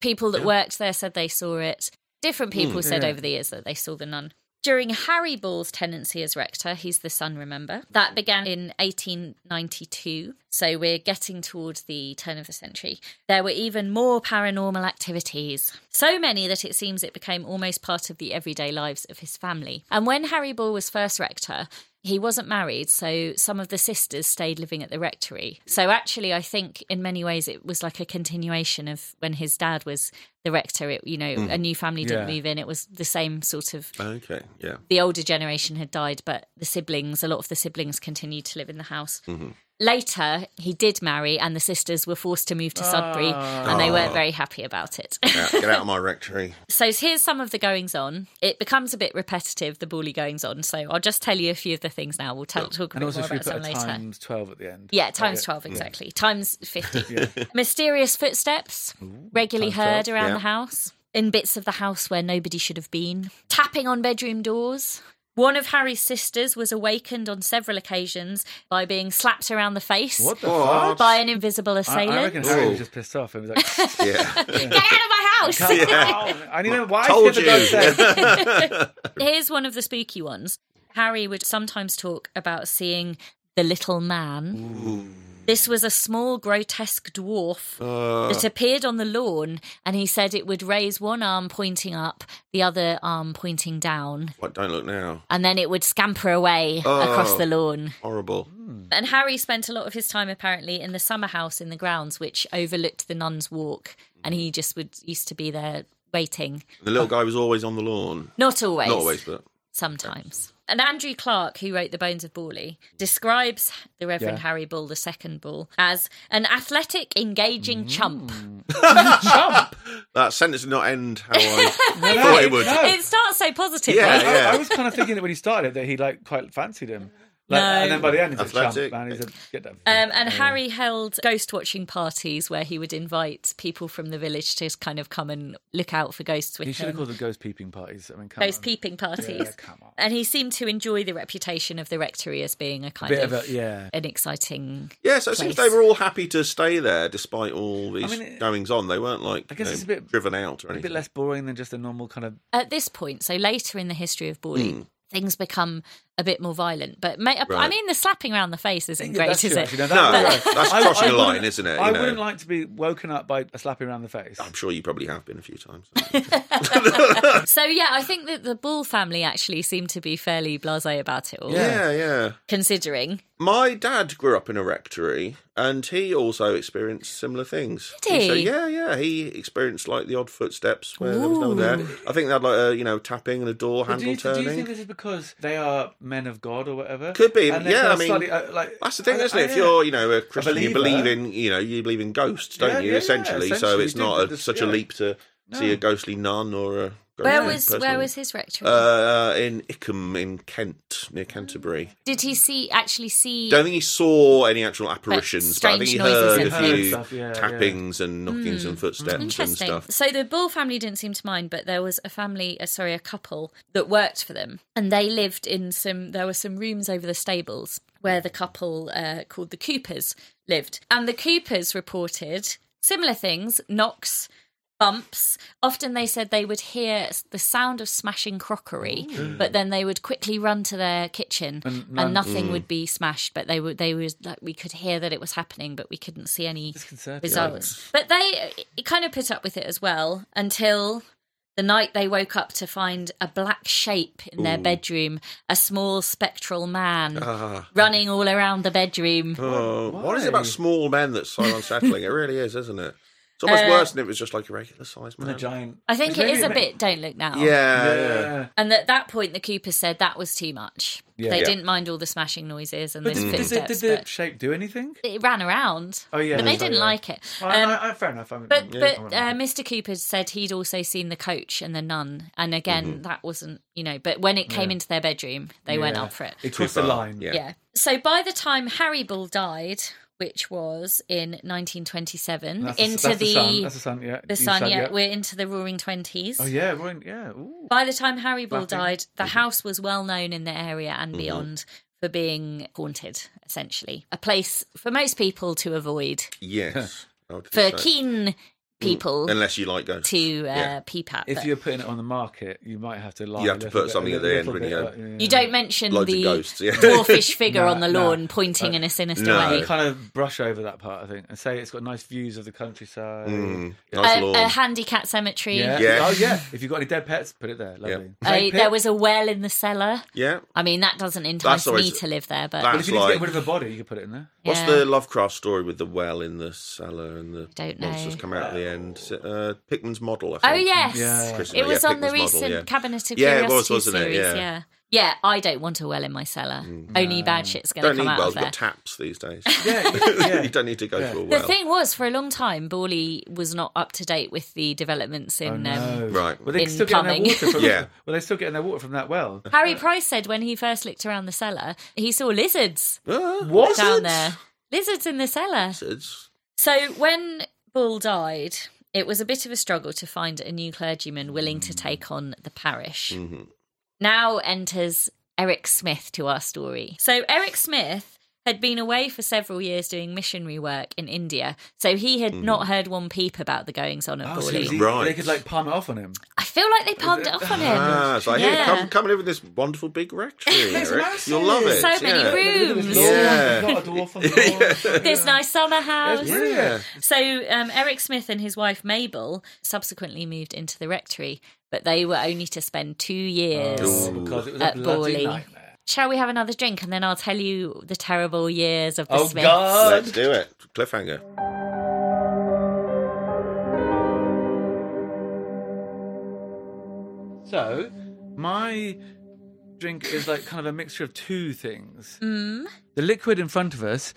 People that worked there said they saw it. Different people said
Yeah.
over the years that they saw the nun. During Harry Ball's tenancy as rector, he's the son, remember, that began in 1892. So we're getting towards the turn of the century. There were even more paranormal activities, so many that it seems it became almost part of the everyday lives of his family. And when Harry Ball was first rector, he wasn't married, so some of the sisters stayed living at the rectory. So actually, I think in many ways it was like a continuation of when his dad was the rector. It, you know, a new family didn't
Yeah.
move in. It was the same sort of.
Okay, yeah.
The older generation had died, but the siblings, a lot of the siblings, continued to live in the house. Later, he did marry, and the sisters were forced to move to Sudbury, and they weren't very happy about it.
Out- Get out of my rectory.
So here's some of the goings on. It becomes a bit repetitive, the bully goings on. So I'll just tell you a few of the things now. We'll tell, talk a
And
bit
also,
more
should we
about
put
some
a
later.
times 12 at the end?
Yeah, times 12, exactly. Times
*laughs*
50. Mysterious footsteps, regularly
times
heard around
yeah.
the house, in bits of the house where nobody should have been, tapping on bedroom doors. One of Harry's sisters was awakened on several occasions by being slapped around the face
What the
Oh,
fuck?
by an invisible
I, I
assailant.
reckon Harry
Ooh.
was just pissed off and was like,
*laughs*
Yeah. *laughs*
Get out of
*laughs*
my house!
"Oh, I need a wife.
Told
here for
you.
God's sake."
Here's one of the spooky ones. Harry would sometimes talk about seeing the little man. This was a small, grotesque dwarf
Uh.
that appeared on the lawn, and he said it would raise one arm pointing up, the other arm pointing down,
What, don't look now.
and then it would scamper away
Oh.
across the lawn.
Horrible.
And Harry spent a lot of his time apparently in the summer house in the grounds, which overlooked the nuns' walk, and he just would used to be there waiting.
The little guy was always on the lawn.
Not always.
Not always, but
Sometimes. And Andrew Clark, who wrote The Bones of Borley, describes the Reverend
Yeah.
Harry Bull, the second Bull, as an athletic,
Mm.
engaging chump.
that sentence did not
*laughs*
end how I thought it would.
No.
It starts so positively.
Yeah,
I,
*laughs* yeah.
I was kind of thinking that when he started it, that he like quite fancied him. Like,
No.
And then by the end, he's
Athletic.
a champ, man. He's a get that.
Um, and Harry held ghost watching parties where he would invite people from the village to kind of come and look out for ghosts with
he should
him.
have called them ghost peeping parties. I mean, come
Those
on.
peeping parties.
Yeah, come on.
And he seemed to enjoy the reputation of the rectory as being a kind
Bit
of,
of a yeah.
an exciting.
Yeah, so it seems
Place.
they were all happy to stay there despite all these
mean, it-
goings on. They weren't like
I guess
you know,
it's a bit-
driven out or
A
anything.
bit less boring than just a normal kind of.
At this point, so later in the history of Borley, things become a bit more violent. But ma- I
Hmm. Right.
mean, the slapping around the face isn't
Yeah,
great,
that's
is
true,
it?
actually. No,
No,
that-
that's
I-
crossing
I
a line,
wouldn't-
isn't it?
I
You know?
wouldn't like to be woken up by a slap around the face.
I'm sure you probably have been a few times.
So yeah, I think that the Bull family actually seemed to be fairly blasé about it all,
yeah, yeah.
considering.
My dad grew up in a rectory, and he also experienced similar things.
Did he?
So, yeah, yeah. He experienced like the odd footsteps where there was no one there. I think they had like a you know tapping and a door
But do,
handle
you, do you
turning.
think this is because they are men of God or whatever?
Could be,
And they're
yeah,
kind
I
of
mean,
slightly, uh, like,
That's the thing,
I-
isn't
I-
it? If you're, you know, a Christian, you
believer.
believe in, you know, you believe in ghosts, don't
Yeah,
you?
yeah, yeah,
essentially. so
essentially,
it's
you do,
not
but
a,
this-
such a
yeah.
leap to see
No.
a ghostly nun or a. Ghostly
Where was
person.
where was his rectory?
Uh, in Ickham, in Kent, near Canterbury.
Did he see actually see?
Don't think he saw any actual apparitions, but I
strange
think he
noises
heard
and Hmm.
a
things.
few
Stuff, yeah, yeah.
tappings and knockings and footsteps and
Interesting.
stuff.
So the Bull family didn't seem to mind, but there was a family, uh, sorry, a couple that worked for them, and they lived in some. There were some rooms over the stables where the couple uh, called the Coopers lived, and the Coopers reported similar things: knocks, bumps. Often they said they would hear s- the sound of smashing crockery,
Mm.
but then they would quickly run to their kitchen, and,
Mm.
nothing would be smashed. But they would, they would, like, we could hear that it was happening, but we couldn't see any
Disconcerting.
results. But they uh, kind of put up with it as well until the night they woke up to find a black shape in their bedroom, a small spectral man
Ah.
running all around the bedroom.
Oh, what is
why?
it about small men
*laughs*
that's so unsettling? it really is, isn't it? It's almost
Uh,
worse than if it was just like a regular sized
And
man.
a giant.
I think it
Maybe
is a
ma-
bit don't look now.
Yeah, yeah.
Yeah.
And at that point, the Cooper said that was too much.
Yeah.
They
Yeah.
didn't mind all the smashing noises and the
But did, did, the-
footsteps.
did the
but
shape do anything?
it ran around.
Oh, yeah,
But they
that's right,
didn't
yeah.
like it.
Well,
Um,
I, I, fair enough. I mean,
But
yeah,
but
I wouldn't
uh,
mind.
Mr. Cooper said he'd also seen the coach and the nun, and again that wasn't you know. But when it came into their bedroom, they went
Mm-hmm. Yeah.
up for it.
It crossed
Too
the
far.
line.
Yeah.
Yeah. So by the time Harry Bull died, which was in 1927,
That's the,
into
that's
the
the sun. That's the sun. Yeah.
the
You
sun,
said,
yeah, we're into the Roaring Twenties.
Oh yeah, Mm-hmm. we're in, yeah. Ooh.
By the time Harry Bull
Nothing.
died, the house was well known in the area
Mm-hmm.
and beyond for being haunted, essentially. A place for most people to avoid,
Yes. I would
for
think so.
keen people
Unless you like ghosts.
to uh,
Yeah.
peep at.
Mm. If
but
you're putting it on the market, you might have to lie.
You have to
a little
put
bit-
something
a
at the end,
little
wouldn't
bit,
you?
like,
you don't mention
Mm. Loads of
the
ghosts, yeah. *laughs*
dwarfish figure
No,
on the
no.
lawn pointing in a sinister
No.
way.
yeah. Kind of brush over that part, I think, and say it's got nice views of the countryside.
Mm, nice
A,
lawn.
a handicap cemetery.
Yeah.
Yeah.
Oh yeah. If you've got any dead pets, put it there. Lovely.
A-
Snake pit.
there was a well in the cellar.
yeah.
I mean, that doesn't entice me
always-
to live there, but
But if
That's
you need to
like-
get rid of a body, you can put it in
*laughs*
there.
What's
yeah.
the Lovecraft story with the well in the cellar and the
Don't know.
monsters come out at the end? Is it, Uh, Pickman's model, I
Oh
think.
yes,
Yeah.
Christmas,
it was
yeah,
on the
Pickman's model,
recent
yeah.
Cabinet of
Yeah, it was,
Curiosities
wasn't it?
series.
Yeah. Mm,
Yeah. yeah, I don't want a well in my cellar. Only bad shit's going
Don't
to come
need
out
wells.
of
You've
there.
got taps these days.
*laughs*
*laughs*
Yeah. yeah.
you don't need to go for a
the
well.
thing was, for a long time, Borley was not up to date with the developments
Oh,
in. um,
Right.
Were they
in
still getting their
plumbing.
water from? *laughs*
Yeah.
Were they still getting their water from that well?
Harry Price said when he first looked around the cellar, he saw lizards
Ah,
What?
down there. Lizards in the cellar.
lizards.
So when Bull died, it was a bit of a struggle to find a new clergyman willing to take on the parish. Now enters Eric Smith to our story. So Eric Smith had been away for several years doing missionary work in India, so he had not heard one peep about the goings on at
Oh, so
Borley.
he-
Right.
They could like palm it off on him.
I feel like they palmed it off on him.
Ah, so I hear
Yeah.
come come and live in this
*laughs*
wonderful big rectory.
It's
Eric.
massive.
You'll love it.
So many
yeah.
rooms.
*laughs* Yeah.
Got a dwarf on the wall.
This nice summer house.
Yeah.
Yeah.
So um, Eric Smith and his wife Mabel subsequently moved into the rectory, but they were only to spend two years.
Oh, because it was a
At
bloody
Borley.
nightmare.
Shall we have another drink and then I'll tell you the terrible years of the
Oh,
Smiths?
God.
Let's do it. Cliffhanger.
So, my drink is like kind of a mixture of two things.
Mm.
The liquid in front of us,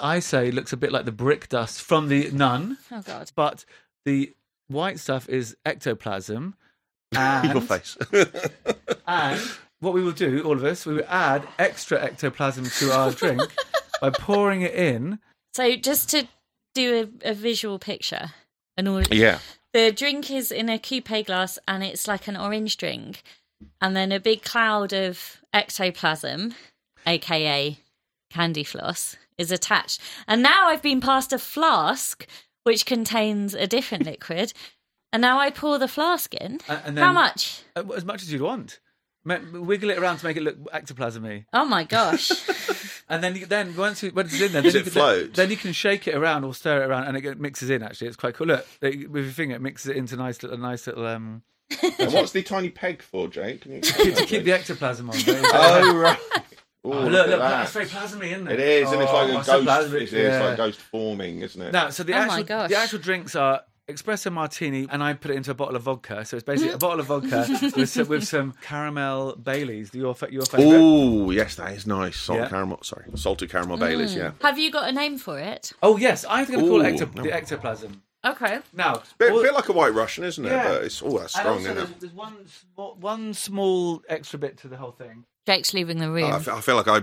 I say, looks a bit like the brick dust from the nun,
Oh god.
but the white stuff is ectoplasm.
Your
And, *laughs*
face.
and what we will do, all of us, we will add extra ectoplasm to
*laughs*
our drink by pouring it in.
So just to do a, a visual picture, an orange.
yeah.
The drink is in a coupe glass, and it's like an orange drink, and then a big cloud of ectoplasm, aka candy floss, is attached. And now I've been passed a flask which contains a different liquid, and now I pour the flask in.
A- and
How
then-
much?
Uh, As much as you'd want. Ma- Wiggle it around to make it look ectoplasmy,
Oh my gosh! *laughs*
and then you, then once you, once it's in there,
Does
then,
it
you can,
float?
then you can shake it around or stir it around, and it get- mixes in. Actually, it's quite cool. Look it- with your finger, it mixes it into nice little, nice little
*laughs*
um
And what's the tiny peg for, Jake? *laughs* Can you
to keep the ectoplasm
*laughs*
on. There you go.
Oh, right. Ooh,
Oh, look,
look, at
look,
that.
that's very plasmy, isn't it?
It is, and it's like
Oh,
a
it's
ghost.
so plasmic,
it's, it's
yeah.
like ghost forming, isn't it?
No, so the
Oh my
actual
gosh.
the actual drinks are espresso martini, and I put it into a bottle of vodka. So it's basically
Mm-hmm.
a bottle
*laughs*
of vodka with some, with some caramel Baileys. Your fa- your favorite.
Oh yes, that is nice. Salt
Yeah.
caramel, sorry, salted caramel Baileys. Yeah,
Have you got a name for it?
Oh yes, I think I'm going to call it
Ooh.
ecto- the ectoplasm.
Okay.
Now,
bit,
all-
bit like a White Russian, isn't it?
Yeah.
But it's oh, that's
and
strong,
also
isn't it?
there's, there's one small, one small extra bit to the whole thing.
Jake's leaving
Oh,
the
I
room.
feel, I feel like I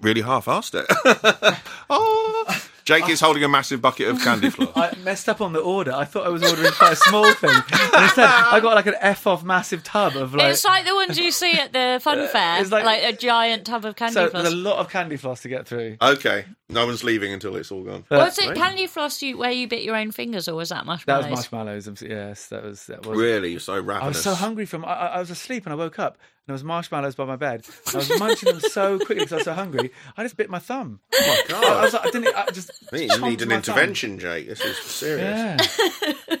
really half-assed it. *laughs* oh, Jake is holding a massive bucket of candy floss.
*laughs* I messed up on the order. I thought I was ordering quite a small thing. And instead, I got like an F off massive tub of like.
It's like the ones you see at the fun fair,
*laughs* it's
like,
like-
a giant tub of candy
so
floss.
there's a lot of candy floss to get through.
Okay, no one's leaving until it's all gone.
Was it
Right.
candy floss you, where you bit your own fingers, or was that
That
marshmallows?
was marshmallows. I'm s- Yes, that was that was.
Really, you're so ravenous.
I was so hungry from. I, I I was asleep and I woke up and there was marshmallows by my bed. And I was munching them so quickly because I was so hungry. I just bit my thumb.
Oh
*laughs*
my
I was
god,
like, I didn't. I just.
I think you
chomped
need an
my thumb.
intervention, Jake. This is serious.
Yeah.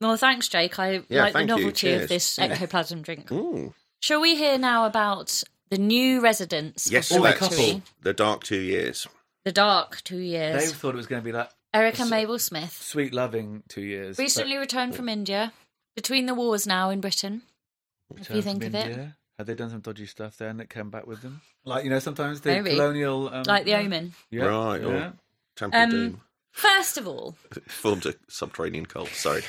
Well, thanks, Jake. I
Yeah,
like the
thank you.
novelty
Cheers.
of
*laughs*
this ectoplasm drink.
Ooh.
Shall we hear now about the new residents
Yes,
of
All the
let's.
Sanctuary?
couple.
The dark two years.
The Dark, two
They
years.
thought it was going to be like
Erica Mabel Smith,
sweet loving two years. but-
recently returned from India, between the wars now in Britain. If you
Returned from
think of it.
India. Have they done some dodgy stuff there and it came back with them? *laughs* Like, you know, sometimes the
Maybe.
colonial. Um,
Like the Omen.
Yeah,
Right, or-
yeah.
Temple
Um,
Doom.
First of all,
Formed a subterranean cult, sorry.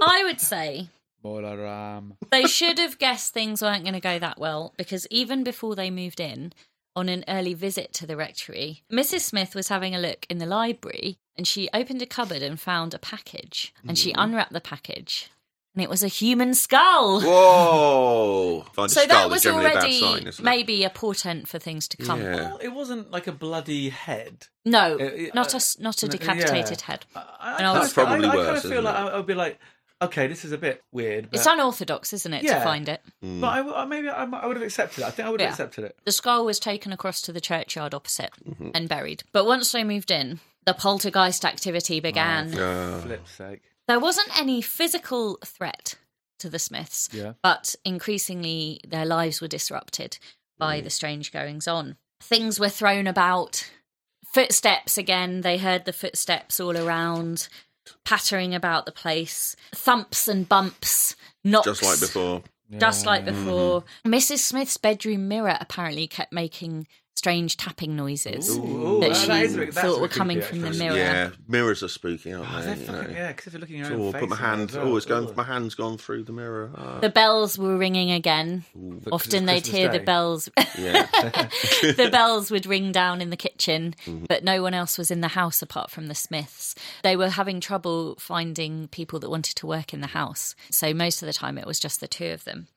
I would say
Bolaram.
they should have guessed things weren't going to go that well because even before they moved in on an early visit to the rectory, Mrs. Smith was having a look in the library and she opened a cupboard and found a package and she
Mm-hmm.
unwrapped the package and it was a human skull.
Whoa! Find
So
a skull
that was
is generally
already
a bad sign, isn't it?
maybe a portent for things to come.
Yeah.
Well, it wasn't like a bloody head.
No,
it-
not a s- not a
n- Uh, yeah.
decapitated head.
I,
And I was-
That's probably
I, I
worse,
kind of
isn't
feel like
it?
I, I would be like, okay, this is a bit weird. But,
It's unorthodox, isn't it, to
Uh, Yeah.
find it?
but I, w- I- maybe I, might- I would have accepted it. I think I would have
Yeah.
accepted it.
The skull was taken across to the churchyard opposite
Mm-hmm.
and buried. But once they moved in, the poltergeist activity began.
Uh,
Flip's sake.
There wasn't any physical threat to the Smiths,
Yeah.
but increasingly their lives were disrupted
Mm.
by the strange goings on. Things were thrown about, footsteps again, they heard the footsteps all around, pattering about the place, thumps and bumps, knocks.
just like before.
Just like before. Mrs. Smith's bedroom mirror apparently kept making strange tapping noises.
Ooh,
that
that-
she
that is a bit- that's
thought
a
were
bit
coming
creepy,
from the
actually.
mirror.
Yeah, mirrors are spooky, aren't
Oh,
they?
they're
you
fucking,
know?
yeah, because if you're looking at your own
Oh,
face
put my
in there
hand.
as well,
Oh, it's going.
ooh.
My hand's gone through the mirror. Ah,
The bells were ringing again.
For
Often they'd
Christmas
hear
Day.
the bells. *laughs*
yeah.
*laughs*
the bells would ring down in the kitchen, but no one else was in the house apart from the Smiths. They were having trouble finding people that wanted to work in the house. So most of the time it was just the two of them.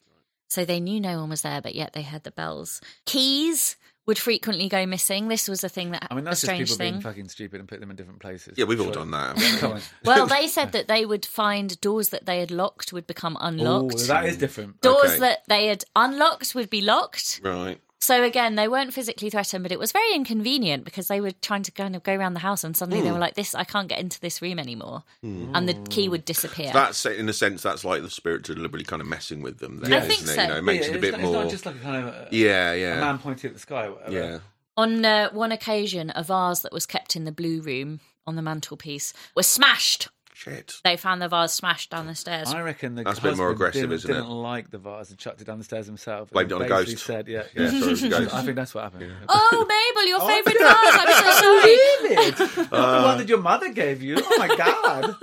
So they knew no one was there, but yet they heard the bells. Keys would frequently go missing. This was a thing that
I mean, that's
a
just
strange
people being
thing.
fucking stupid and put them in different places.
*laughs* yeah, we've all
Sure.
done that.
*laughs*
haven't
Come on. *laughs*
well, they said that they would find doors that they had locked would become
Ooh,
unlocked.
that is different.
Doors
okay.
that they had unlocked would be locked.
we? right.
So again, they weren't physically threatened, but it was very inconvenient because they were trying to kind of go around the house, and suddenly
Hmm.
they were like, "This, I can't get into this room anymore," and the key would disappear.
That's in a sense. That's like the spirit deliberately kind of messing with them. Then,
I
isn't
think
it?
so.
You know, it makes
Yeah,
it a
it's
bit
not-
more.
It's not just like a kind of uh,
yeah,
a
yeah,
man pointing at the sky. Or whatever.
yeah.
On uh, one occasion, a vase that was kept in the blue room on the mantelpiece was smashed
Shit.
They found the vase smashed down the stairs.
I reckon the
That's a bit more
husband
aggressive,
didn't,
isn't it?
didn't like the vase and chucked it down the stairs himself. and
Blamed it on a
basically
ghost.
Said, yeah,
Yeah,
yeah.
sorry, it was a
*laughs*
ghost.
I think that's what happened. Oh,
Oh, Mabel,
*laughs*
your favourite vase. I'm so sorry. *laughs*
Really? Not the
Uh,
one that your mother gave you. Oh my
*laughs*
god!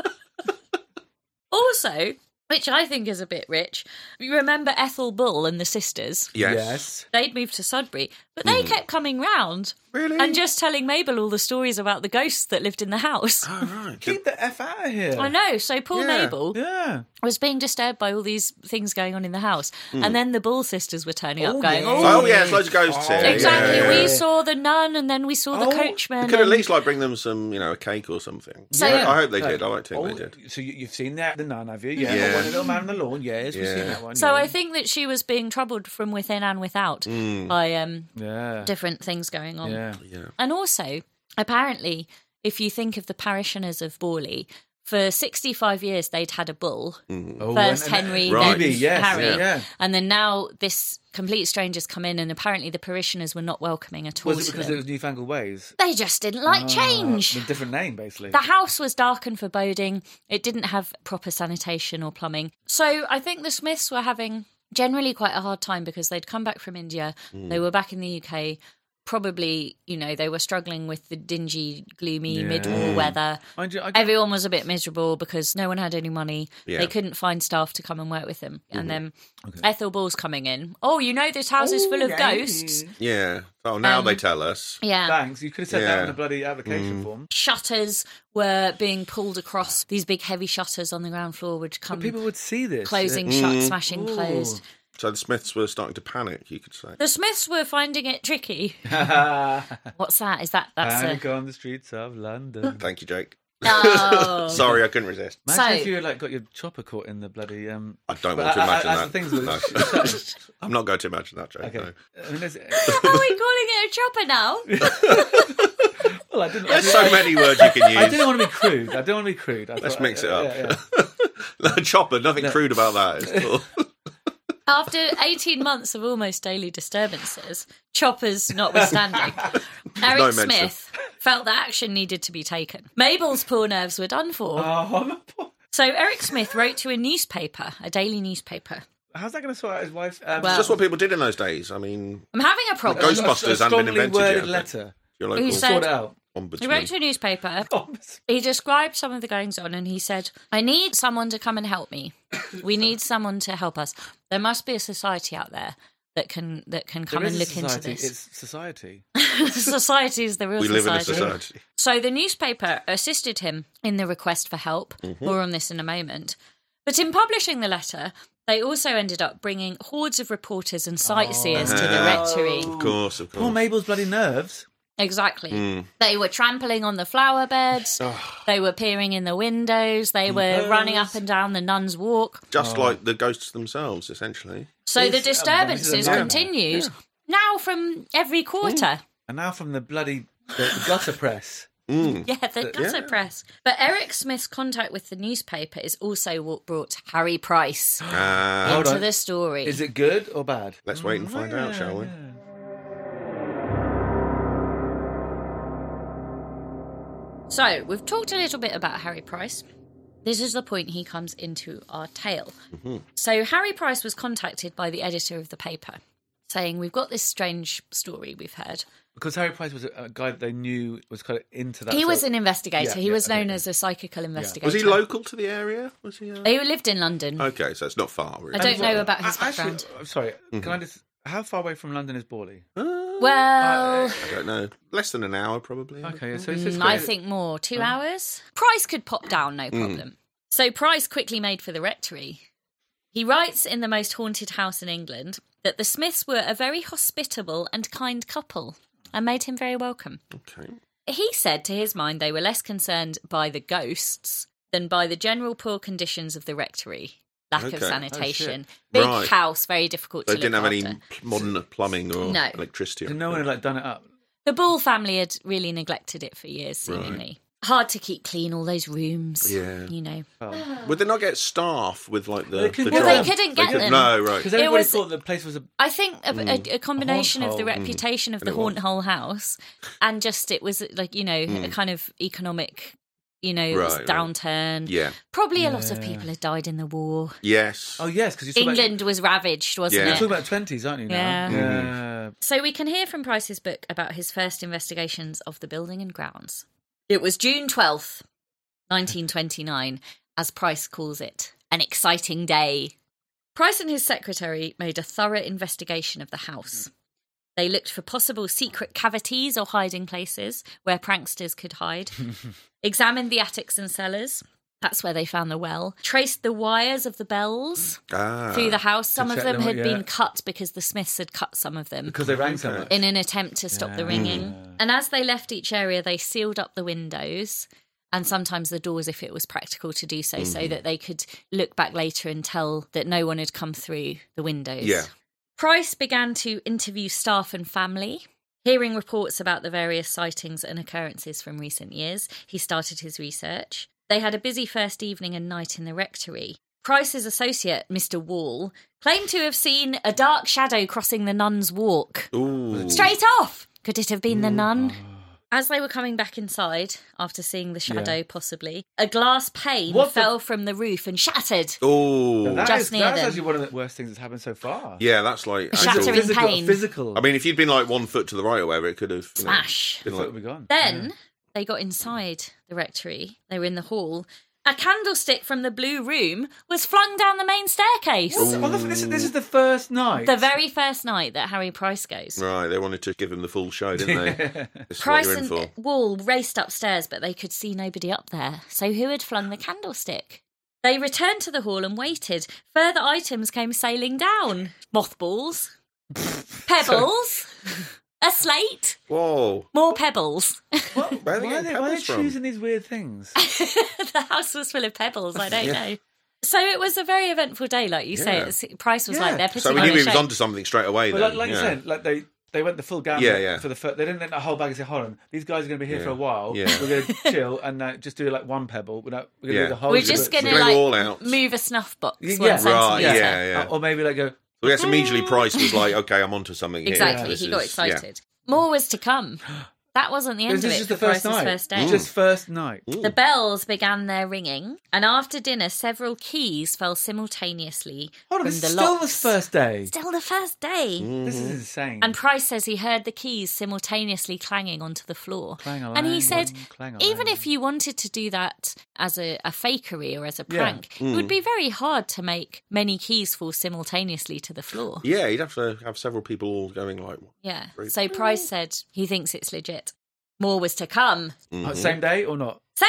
Also, which I think is a bit rich, you remember Ethel Bull and the sisters?
Yes.
They'd moved to Sudbury, but they kept coming round
Really?
and just telling Mabel all the stories about the ghosts that lived in the house.
Oh, right.
Keep the f out of here.
I know. So poor
Yeah.
Mabel
Oh. Yeah.
was being disturbed by all these things going on in the house, and then the Bull sisters were turning up, going,
yeah.
"Oh,
Oh, yeah, there's loads of ghosts here. Yeah,
exactly.
yeah, yeah.
We saw the nun, and then we saw the
Oh,
coachman."
Could at
and-
least like bring them some, you know, a cake or something.
So-
I hope they
Uh,
did. I like to think
oh,
they did.
So you, you've seen that the nun, have you? Yeah.
Yeah.
yeah. One little man on the lawn. Yes, we've
Yeah.
seen that one.
So
yeah.
I think that she was being troubled from within and without by um,
Yeah.
different things going on.
Yeah.
Yeah.
And also, apparently, if you think of the parishioners of Borley, for 65 years they'd had a bull.
Oh,
First
and- and-
Henry,
Right.
then
Maybe, yes,
Harry.
yeah. Yeah.
And then now this complete stranger's come in, and apparently the parishioners were not welcoming at all.
Was it
to
because
them.
it was newfangled ways?
They just didn't like change.
Uh, a different name, basically.
The house was dark and foreboding. It didn't have proper sanitation or plumbing. So I think the Smiths were having generally quite a hard time because they'd come back from India. They were back in the UK. Probably, you know, they were struggling with the dingy, gloomy mid-war weather.
Mind you, I got-
Everyone was a bit miserable because no one had any money.
Yeah.
They couldn't find staff to come and work with them. And then Ethel Ball's coming in. Oh, you know, this house is full of ghosts.
Yeah. Oh, now
Um,
they tell us.
Yeah.
Thanks. You could have said
Yeah. Mm.
that in a bloody application form.
shutters were being pulled across. These big heavy shutters on the ground floor would come
But people would see this.
closing
Uh,
shut, smashing
Ooh.
closed.
So the Smiths were starting to panic, you
*laughs*
could say.
The Smiths were finding it tricky. What's that? Is that that's
Panic
a
on the streets of
Hmm.
London.
Thank you, Jake. *laughs*
Oh.
no?
Sorry, I couldn't resist.
Imagine
So-
if you had like got your chopper caught in the bloody. Um,
I don't
but
want to
I- I-
imagine
I-
that.
the things
*laughs* No.
that-
I'm not going to imagine that, Jake.
okay.
No.
I mean, there's,
Are we calling it a chopper now?
well, I didn't. I
There's
didn't,
so many words you can
*laughs*
use.
I didn't want to be crude. I didn't want to be crude. I
Let's
thought-
mix it
yeah,
up.
yeah, yeah.
*laughs* No, chopper, nothing crude about
*laughs*
that. It's cool.
After 18 months of almost daily disturbances, choppers notwithstanding, Eric
No mention.
Smith felt that action needed to be taken. Mabel's poor nerves were done for.
*laughs* Oh, my poor-
so Eric Smith wrote to a newspaper, a daily newspaper.
How's that going to sort out his wife? Um,
Well,
That's what people did in those days. I mean,
I'm having a problem.
Ghost- Ghostbusters
a, a
hadn't been
strongly
invented yet,
worded
I think.
letter.
your local
Who said-
Sort it out. *laughs*
He wrote to
ombudsman.
a newspaper.
Oh,
He described some of the goings on and he said, I need someone to come and help me. We need someone to help us. There must be a society out there that can that can come
there
and
is a
look into
society.
this.
It's society.
*laughs* society is the real
We live in a
society.
society.
So the newspaper assisted him in the request for help.
Mm-hmm.
More on this in a moment. But in publishing the letter, they also ended up bringing hordes of reporters and
Oh.
sightseers to the
Uh-huh.
rectory.
Of course, of course.
Poor Mabel's bloody nerves.
Exactly.
Hmm.
They were trampling on the flower beds. they were peering in the windows. They were running up and down the nuns' walk.
Just
Oh.
like the ghosts
*gasps*
themselves, essentially.
So
It's
the
amazing,
disturbances
yeah.
continued now from every quarter.
And now from the bloody the gutter press. Hmm.
Yeah, the gutter press. But Eric Smith's contact with the newspaper is also what brought Harry Price
Uh,
Hold
into
on.
the story.
Is it good or bad?
let's wait and find out, shall we?
So we've talked a little bit about Harry Price. This is the point he comes into our tale.
Mm-hmm.
So Harry Price was contacted by the editor of the paper saying, We've got this strange story we've heard.
Because Harry Price was a, a guy that they knew was kind of into that.
he
sort
was
of-
an investigator.
Yeah,
he
yeah,
was known
okay.
as a psychical investigator.
Was he local to the area? Was he? Uh...
He lived in London.
Oh,
Okay, so it's not far. Really.
I don't know about his
I- actually,
background.
I'm sorry. Can I just? How far away from London is Borley?
Uh,
uh,
well,
I don't know. Less than an hour, probably.
Okay, so it's just
Mm, I think more. Two hours? Price could pop down, no
Mm.
problem. So Price quickly made for the rectory. He writes in The Most Haunted House in England that the Smiths were a very hospitable and kind couple and made him very welcome.
Okay.
He said to his mind they were less concerned by the ghosts than by the general poor conditions of the rectory. Lack
Okay.
of
Oh,
sanitation.
shit.
Big
Right.
house, very difficult
They
to
didn't
look
have any
after.
pl- modern plumbing or
No.
electricity. Or
no one had like done it up.
The Ball family had really neglected it for years, seemingly. Hard to keep clean all those rooms.
Yeah.
You know.
Oh.
*sighs*
Would they not get staff with like the?
They couldn't get
the job?
them. Well, they
couldn't get them.
No, right.
Because everybody
was-
thought the place was a.
I think a, a, a combination of the
hole. Mm.
reputation of the
it was. Mm.
haunt hole house and just it was like, you know, a kind of economic you know, it was
Right, right.
downturn.
Yeah.
Probably a lot of
Yeah.
people had died in the war.
Yes.
Oh yes, because you're talking
England was ravaged, wasn't
Yeah.
it?
about, talking about twenties, aren't you? Now?
Yeah.
Mm.
yeah.
So we can hear from Price's book about his first investigations of the building and grounds. It was June 12th, 1929, as Price calls it, an exciting day. Price and his secretary made a thorough investigation of the house. They looked for possible secret cavities or hiding places where pranksters could *laughs* hide, examined the attics and cellars. That's where they found the well. Traced the wires of the bells
Ah.
through the house. Some of
check
Uh, them,
them out,
had
yeah.
been cut because the Smiths had cut some of them
Because they rang so much.
in an attempt to stop the
Yeah.
ringing.
Mm.
And as they left each area, they sealed up the windows and sometimes the doors if it was practical to do so, so
Mm-hmm.
that they could look back later and tell that no one had come through the windows.
Yeah.
Price began to interview staff and family. Hearing reports about the various sightings and occurrences from recent years, he started his research. They had a busy first evening and night in the rectory. Price's associate, Mr. Wall, claimed to have seen a dark shadow crossing the nun's walk.
Ooh.
Straight off! Could it have been the nun? *sighs* As they were coming back inside, after seeing the shadow possibly, a glass pane
What the-
fell from the roof and
*laughs*
shattered.
Ooh.
That
Just
is-
near
that's
them.
actually one of the worst things that's happened so far.
yeah, that's like.
Shattering
actual-
physical,
pain.
Physical.
I mean, if you'd been like one foot to the right or whatever, it could have. you know,
Smash!
been
Thought it'd
like,
be gone.
Then they got inside the rectory. They were in the hall. A candlestick from the blue room was flung down the main staircase.
What's- well, this, this is- this is the first night.
The very first night that Harry Price goes.
*laughs* right, they wanted to give him the full show, didn't
*laughs*
they? this is
Price
what you're in
and
for.
Wall raced upstairs, but they could see nobody up there. So who had flung the candlestick? They returned to the hall and waited. Further items came sailing down mothballs,
*laughs*
pebbles, a slate,
Whoa.
more pebbles. *laughs*
What-
Where are they
why are
getting
they, why are they
pebbles from?
choosing these weird things?
the house was full of pebbles. I don't
Yeah.
know. So it was a very eventful day, like you say.
Yeah.
It's, Price was
Yeah.
like, they're putting
So we
on
knew
a
he was
show.
onto something straight away.
But
then.
like, like
yeah.
you said, like they they went the full gamut
Yeah, yeah.
for the first. They didn't let a whole bag and say, "Hold on, these guys are going to be here
Yeah.
for a while.
Yeah.
We're going
*laughs*
to chill and uh, just do like one pebble. We're, not, we're going to
Yeah.
do the whole."
We're
shit,
just
but-
going to
Go
like
all out.
move a snuff box.
Yeah.
one
Right,
Right,
centimetre.
yeah, yeah.
Or maybe like go.
So yes,
*laughs*
immediately Price was like, okay, I'm onto something here.
Exactly.
This
He got
is- yeah.
excited. More was to come. That wasn't the end
This
of
is
it
just
for
the first
Price's
night.
first day.
Just first night.
The bells began their ringing, and after dinner, several keys fell simultaneously
Hold
from
on, this
the
is still
locks.
the first day.
Still the first day.
This is
Mm-hmm.
insane.
And Price says he heard the keys simultaneously clanging onto the floor.
Clang
and he
along,
said,
clang
even
along.
if you wanted to do that as a, a fakery or as a
Yeah.
prank, it would be very hard to make many keys fall simultaneously to the floor.
Yeah, you'd have to have several people all going like,
Yeah.
Great.
So Price said he thinks it's legit. More was to come.
Oh, same day or not?
Same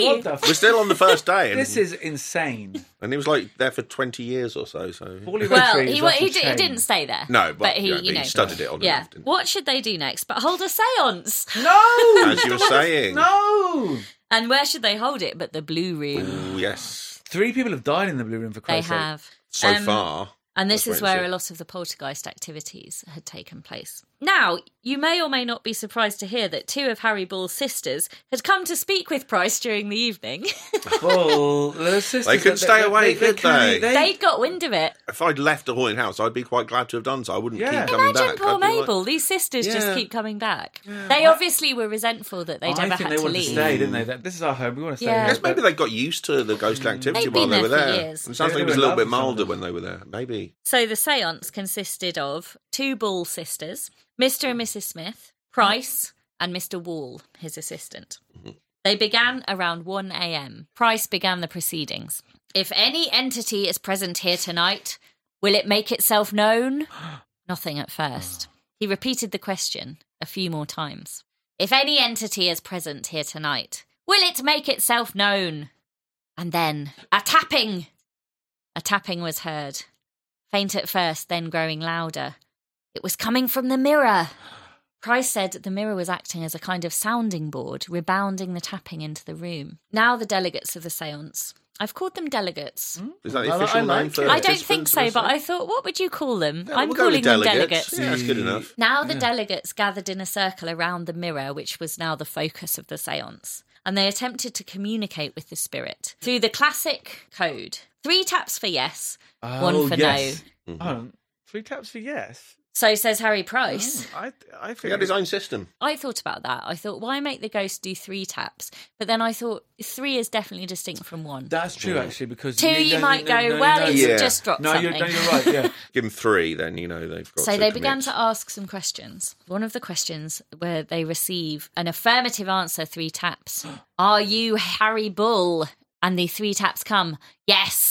day.
What the?
Mm-hmm. we're
F-
still on the first day. And,
this is insane.
and he was like there for 20 years or so. So
Wally *laughs*
well,
Retreat is
he,
off
wa- he,
the
di- he
chain.
didn't stay there.
No, but,
he,
yeah, but
you know,
he studded it on
yeah.
enough, didn't he?
What should they do next? But hold a séance.
*laughs*
No,
As you were saying.
no.
And where should they hold it? But the blue room.
Ooh, yes.
Three people have died in the blue room for
They
Christ's sake.
have.
So
Um,
far.
And this
That's
is
right,
where
so-
a lot of the poltergeist activities had taken place. Now, you may or may not be surprised to hear that two of Harry Ball's sisters had come to speak with Price during the evening. *laughs*
Well, the sisters,
They couldn't stay away, could
can't-
they?
They'd got wind of it.
If I'd left the haunted house, I'd be quite glad to have done so. I wouldn't
Yeah.
keep coming
Imagine
back.
poor
I'd be like-
Mabel. These sisters
Yeah.
just keep coming back. They obviously were resentful that they'd
I
ever
think
had
they
to
wanted to
leave.
stay, didn't they? That this is our home. We want to
Yeah.
stay. Here.
Yes,
Guess maybe they got used to the
Mm.
ghostly activity
They'd
while
been
they were
there for
there. It
years.
sounds like
They
it was a
were
little bit
in love with
milder
something.
when they were there. Maybe.
So the seance consisted of two Ball sisters, Mr. and Mrs. Smith, Price, and Mr. Wall, his assistant. They began around 1 a.m. Price began the proceedings. If any entity is present here tonight, will it make itself known? Nothing at first. He repeated the question a few more times. If any entity is present here tonight, will it make itself known? And then a tapping. A tapping was heard faint at first, then growing louder. It was coming from the mirror. Price said the mirror was acting as a kind of sounding board, rebounding the tapping into the room. Now, the delegates of the seance. I've called them delegates.
Is that the
Well, I
official
like
name for
it.
I don't think
participants
so,
of
but
the-
I thought, what would you call them?
Yeah,
I'm
we'll go
calling
with
them
delegates.
delegates.
Yeah, that's
Hmm.
good enough.
Now the delegates gathered in a circle around the mirror, which was now the focus of the seance, and they attempted to communicate with the spirit through the classic code three taps for yes, one
Oh,
for
yes.
no. Mm-hmm.
Hold on. Three taps for yes.
So says Harry Price.
I, I
He
think
had his own system.
I thought about that. I thought, why make the ghost do three taps? But then I thought three is definitely distinct from one.
that's true actually because
Two, you
no,
might
no,
go,
no,
well,
no,
it's
Yeah.
just dropped
no,
something.
you're, no,
*laughs*
you're right. Yeah,
Give them three, then you know they've got.
So
to
they began
commit.
to ask some questions. One of the questions where they receive an affirmative answer, three
*gasps*
taps. Are you Harry Bull? And the three taps come,
*gasps*
yes.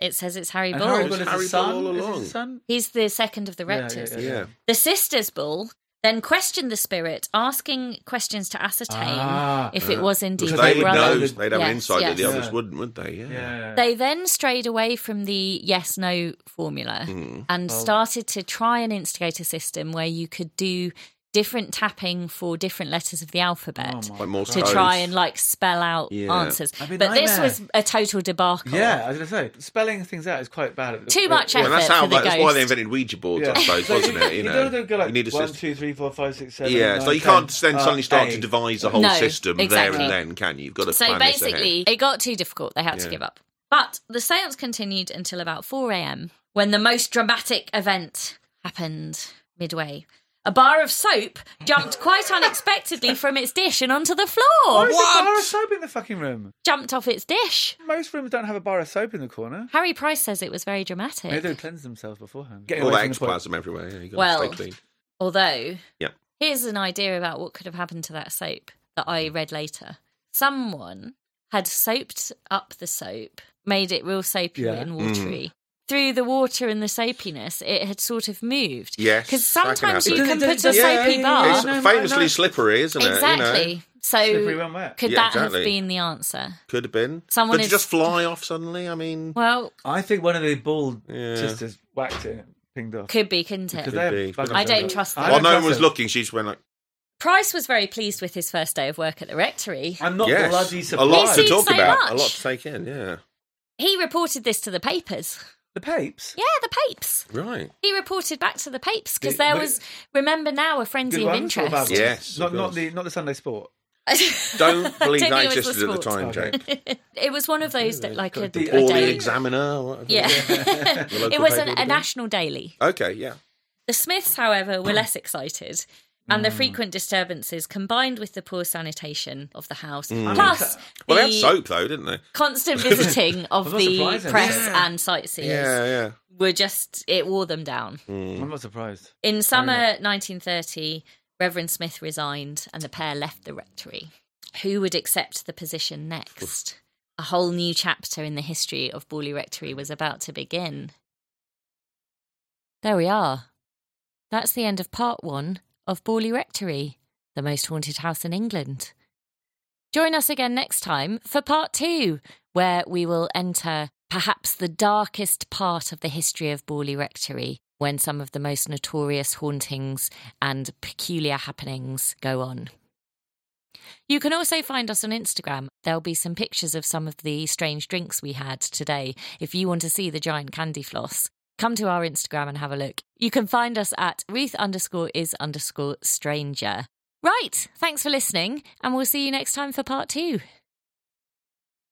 It says it's Harry
and
Bull.
Harry
Bull.
Bull is
Harry
his
Bull
son.
all
Is it his
along.
son?
He's the second of the
Yeah, yeah,
Raptors.
yeah.
Yeah.
The sisters' bull then questioned the spirit, asking questions to ascertain
Ah.
if it was indeed
Because
their
Uh, They would
brother.
know.
Yes,
They'd have an insight that the
yes.
others
Yeah.
wouldn't, would they? Yeah.
Yeah.
They then strayed away from the yes no formula
Hmm.
Oh.
and started to try and instigate a system where you could do different tapping for different letters of the alphabet
Like more
to
codes.
try and like spell out
Yeah.
answers.
Oh That'd be
But this
nightmare.
was a total debacle.
Yeah, I was going to say spelling things out is quite bad. At,
Too
at-
much
at-
Well, and that's
effort
how.
for the
Like, that's why they
ghost.
invented Ouija boards, I
Yeah.
suppose,
So
wasn't it? You know,
don't have to go like
you need a
one,
system.
two, three, four, five, six, seven,
yeah,
nine,
so you
10,
can't then
uh,
suddenly start
eight.
to devise a whole
No,
system there
exactly.
and then, can you? You've got to
So
plan this ahead.
basically, it got too difficult. They had to
Yeah.
give up. But the seance continued until about 4 a.m. when the most dramatic event happened midway. A bar of soap jumped quite unexpectedly from its dish and onto the
Why
floor.
is there a bar of soap in the fucking room?
Jumped off its dish.
Most rooms don't have a bar of soap in the corner.
Harry Price says it was very dramatic.
Maybe they cleanse themselves beforehand. Getting
all
away
that
from the point.
ectoplasm everywhere. Yeah, you got
Well, uh,
to stay clean.
Although,
Yeah.
here's an idea about what could have happened to that soap that
Mm.
I read later. Someone had soaped up the soap, made it real soapy
Yeah.
Mm.
and watery. Through the water and the soapiness, it had sort of moved.
Yes,
Because
that can
sometimes you
happen.
can
Yeah,
put
yeah,
a soapy
yeah,
bar.
yeah,
It's
no, no,
famously
no.
slippery, isn't it?
exactly.
You know?
Slippery
So,
when wet.
could
Yeah,
that
exactly.
have been the answer?
Could have been.
Someone
Could
is-
you just fly off suddenly? I mean,
Well,
I think one of the bald
Yeah.
sisters whacked it, and it pinged off.
could be, couldn't it?
Because they have
be.
bugs
I don't
everywhere.
trust
I
them.
don't
while no one
trust
was
them.
looking, she just went like,
Price was very pleased with his first day of work at the rectory.
I'm not
yes.
bloody
a
surprised.
lot
He
to
sees
talk
so
about, a
much.
lot to take in. Yeah,
He reported this to the papers.
The papes.
Yeah, the papes.
right.
He reported back to the papes because
Did-
there
but-
was, remember now, a frenzy
Good
of
one, it's all
*laughs*
about
interest.
it.
Yes, of
Not, not
course.
the not the Sunday sport.
Don't believe
Don't
that
think it was the
existed at the
sport.
time,
Okay.
Jake.
*laughs* It was one of those that, like, a, a
the
Or the
daily.
Examiner. Or whatever.
yeah. *laughs*
local
it was an,
paper would
a
have been.
national daily.
Okay. Yeah.
The Smiths, however, were less excited, and
Hmm.
the frequent disturbances combined with the poor sanitation of the house, plus
Hmm. Well,
the
they had soap though, didn't they?
constant
*laughs*
visiting of
I'm not
the
surprised at
press
that.
and sightseers,
Yeah. Yeah.
were just it wore them down.
I'm not surprised.
In summer 1930, Reverend Smith resigned, and the pair left the rectory. Who would accept the position next? A whole new chapter in the history of Borley Rectory was about to begin. There we are. That's the end of part one of Borley Rectory, the most haunted house in England. Join us again next time for part two, where we will enter perhaps the darkest part of the history of Borley Rectory, when some of the most notorious hauntings and peculiar happenings go on. You can also find us on Instagram. There'll be some pictures of some of the strange drinks we had today. If you want to see the giant candy floss, come to our Instagram and have a look. You can find us at Ruth underscore is underscore stranger. Right. Thanks for listening, and we'll see you next time for part two.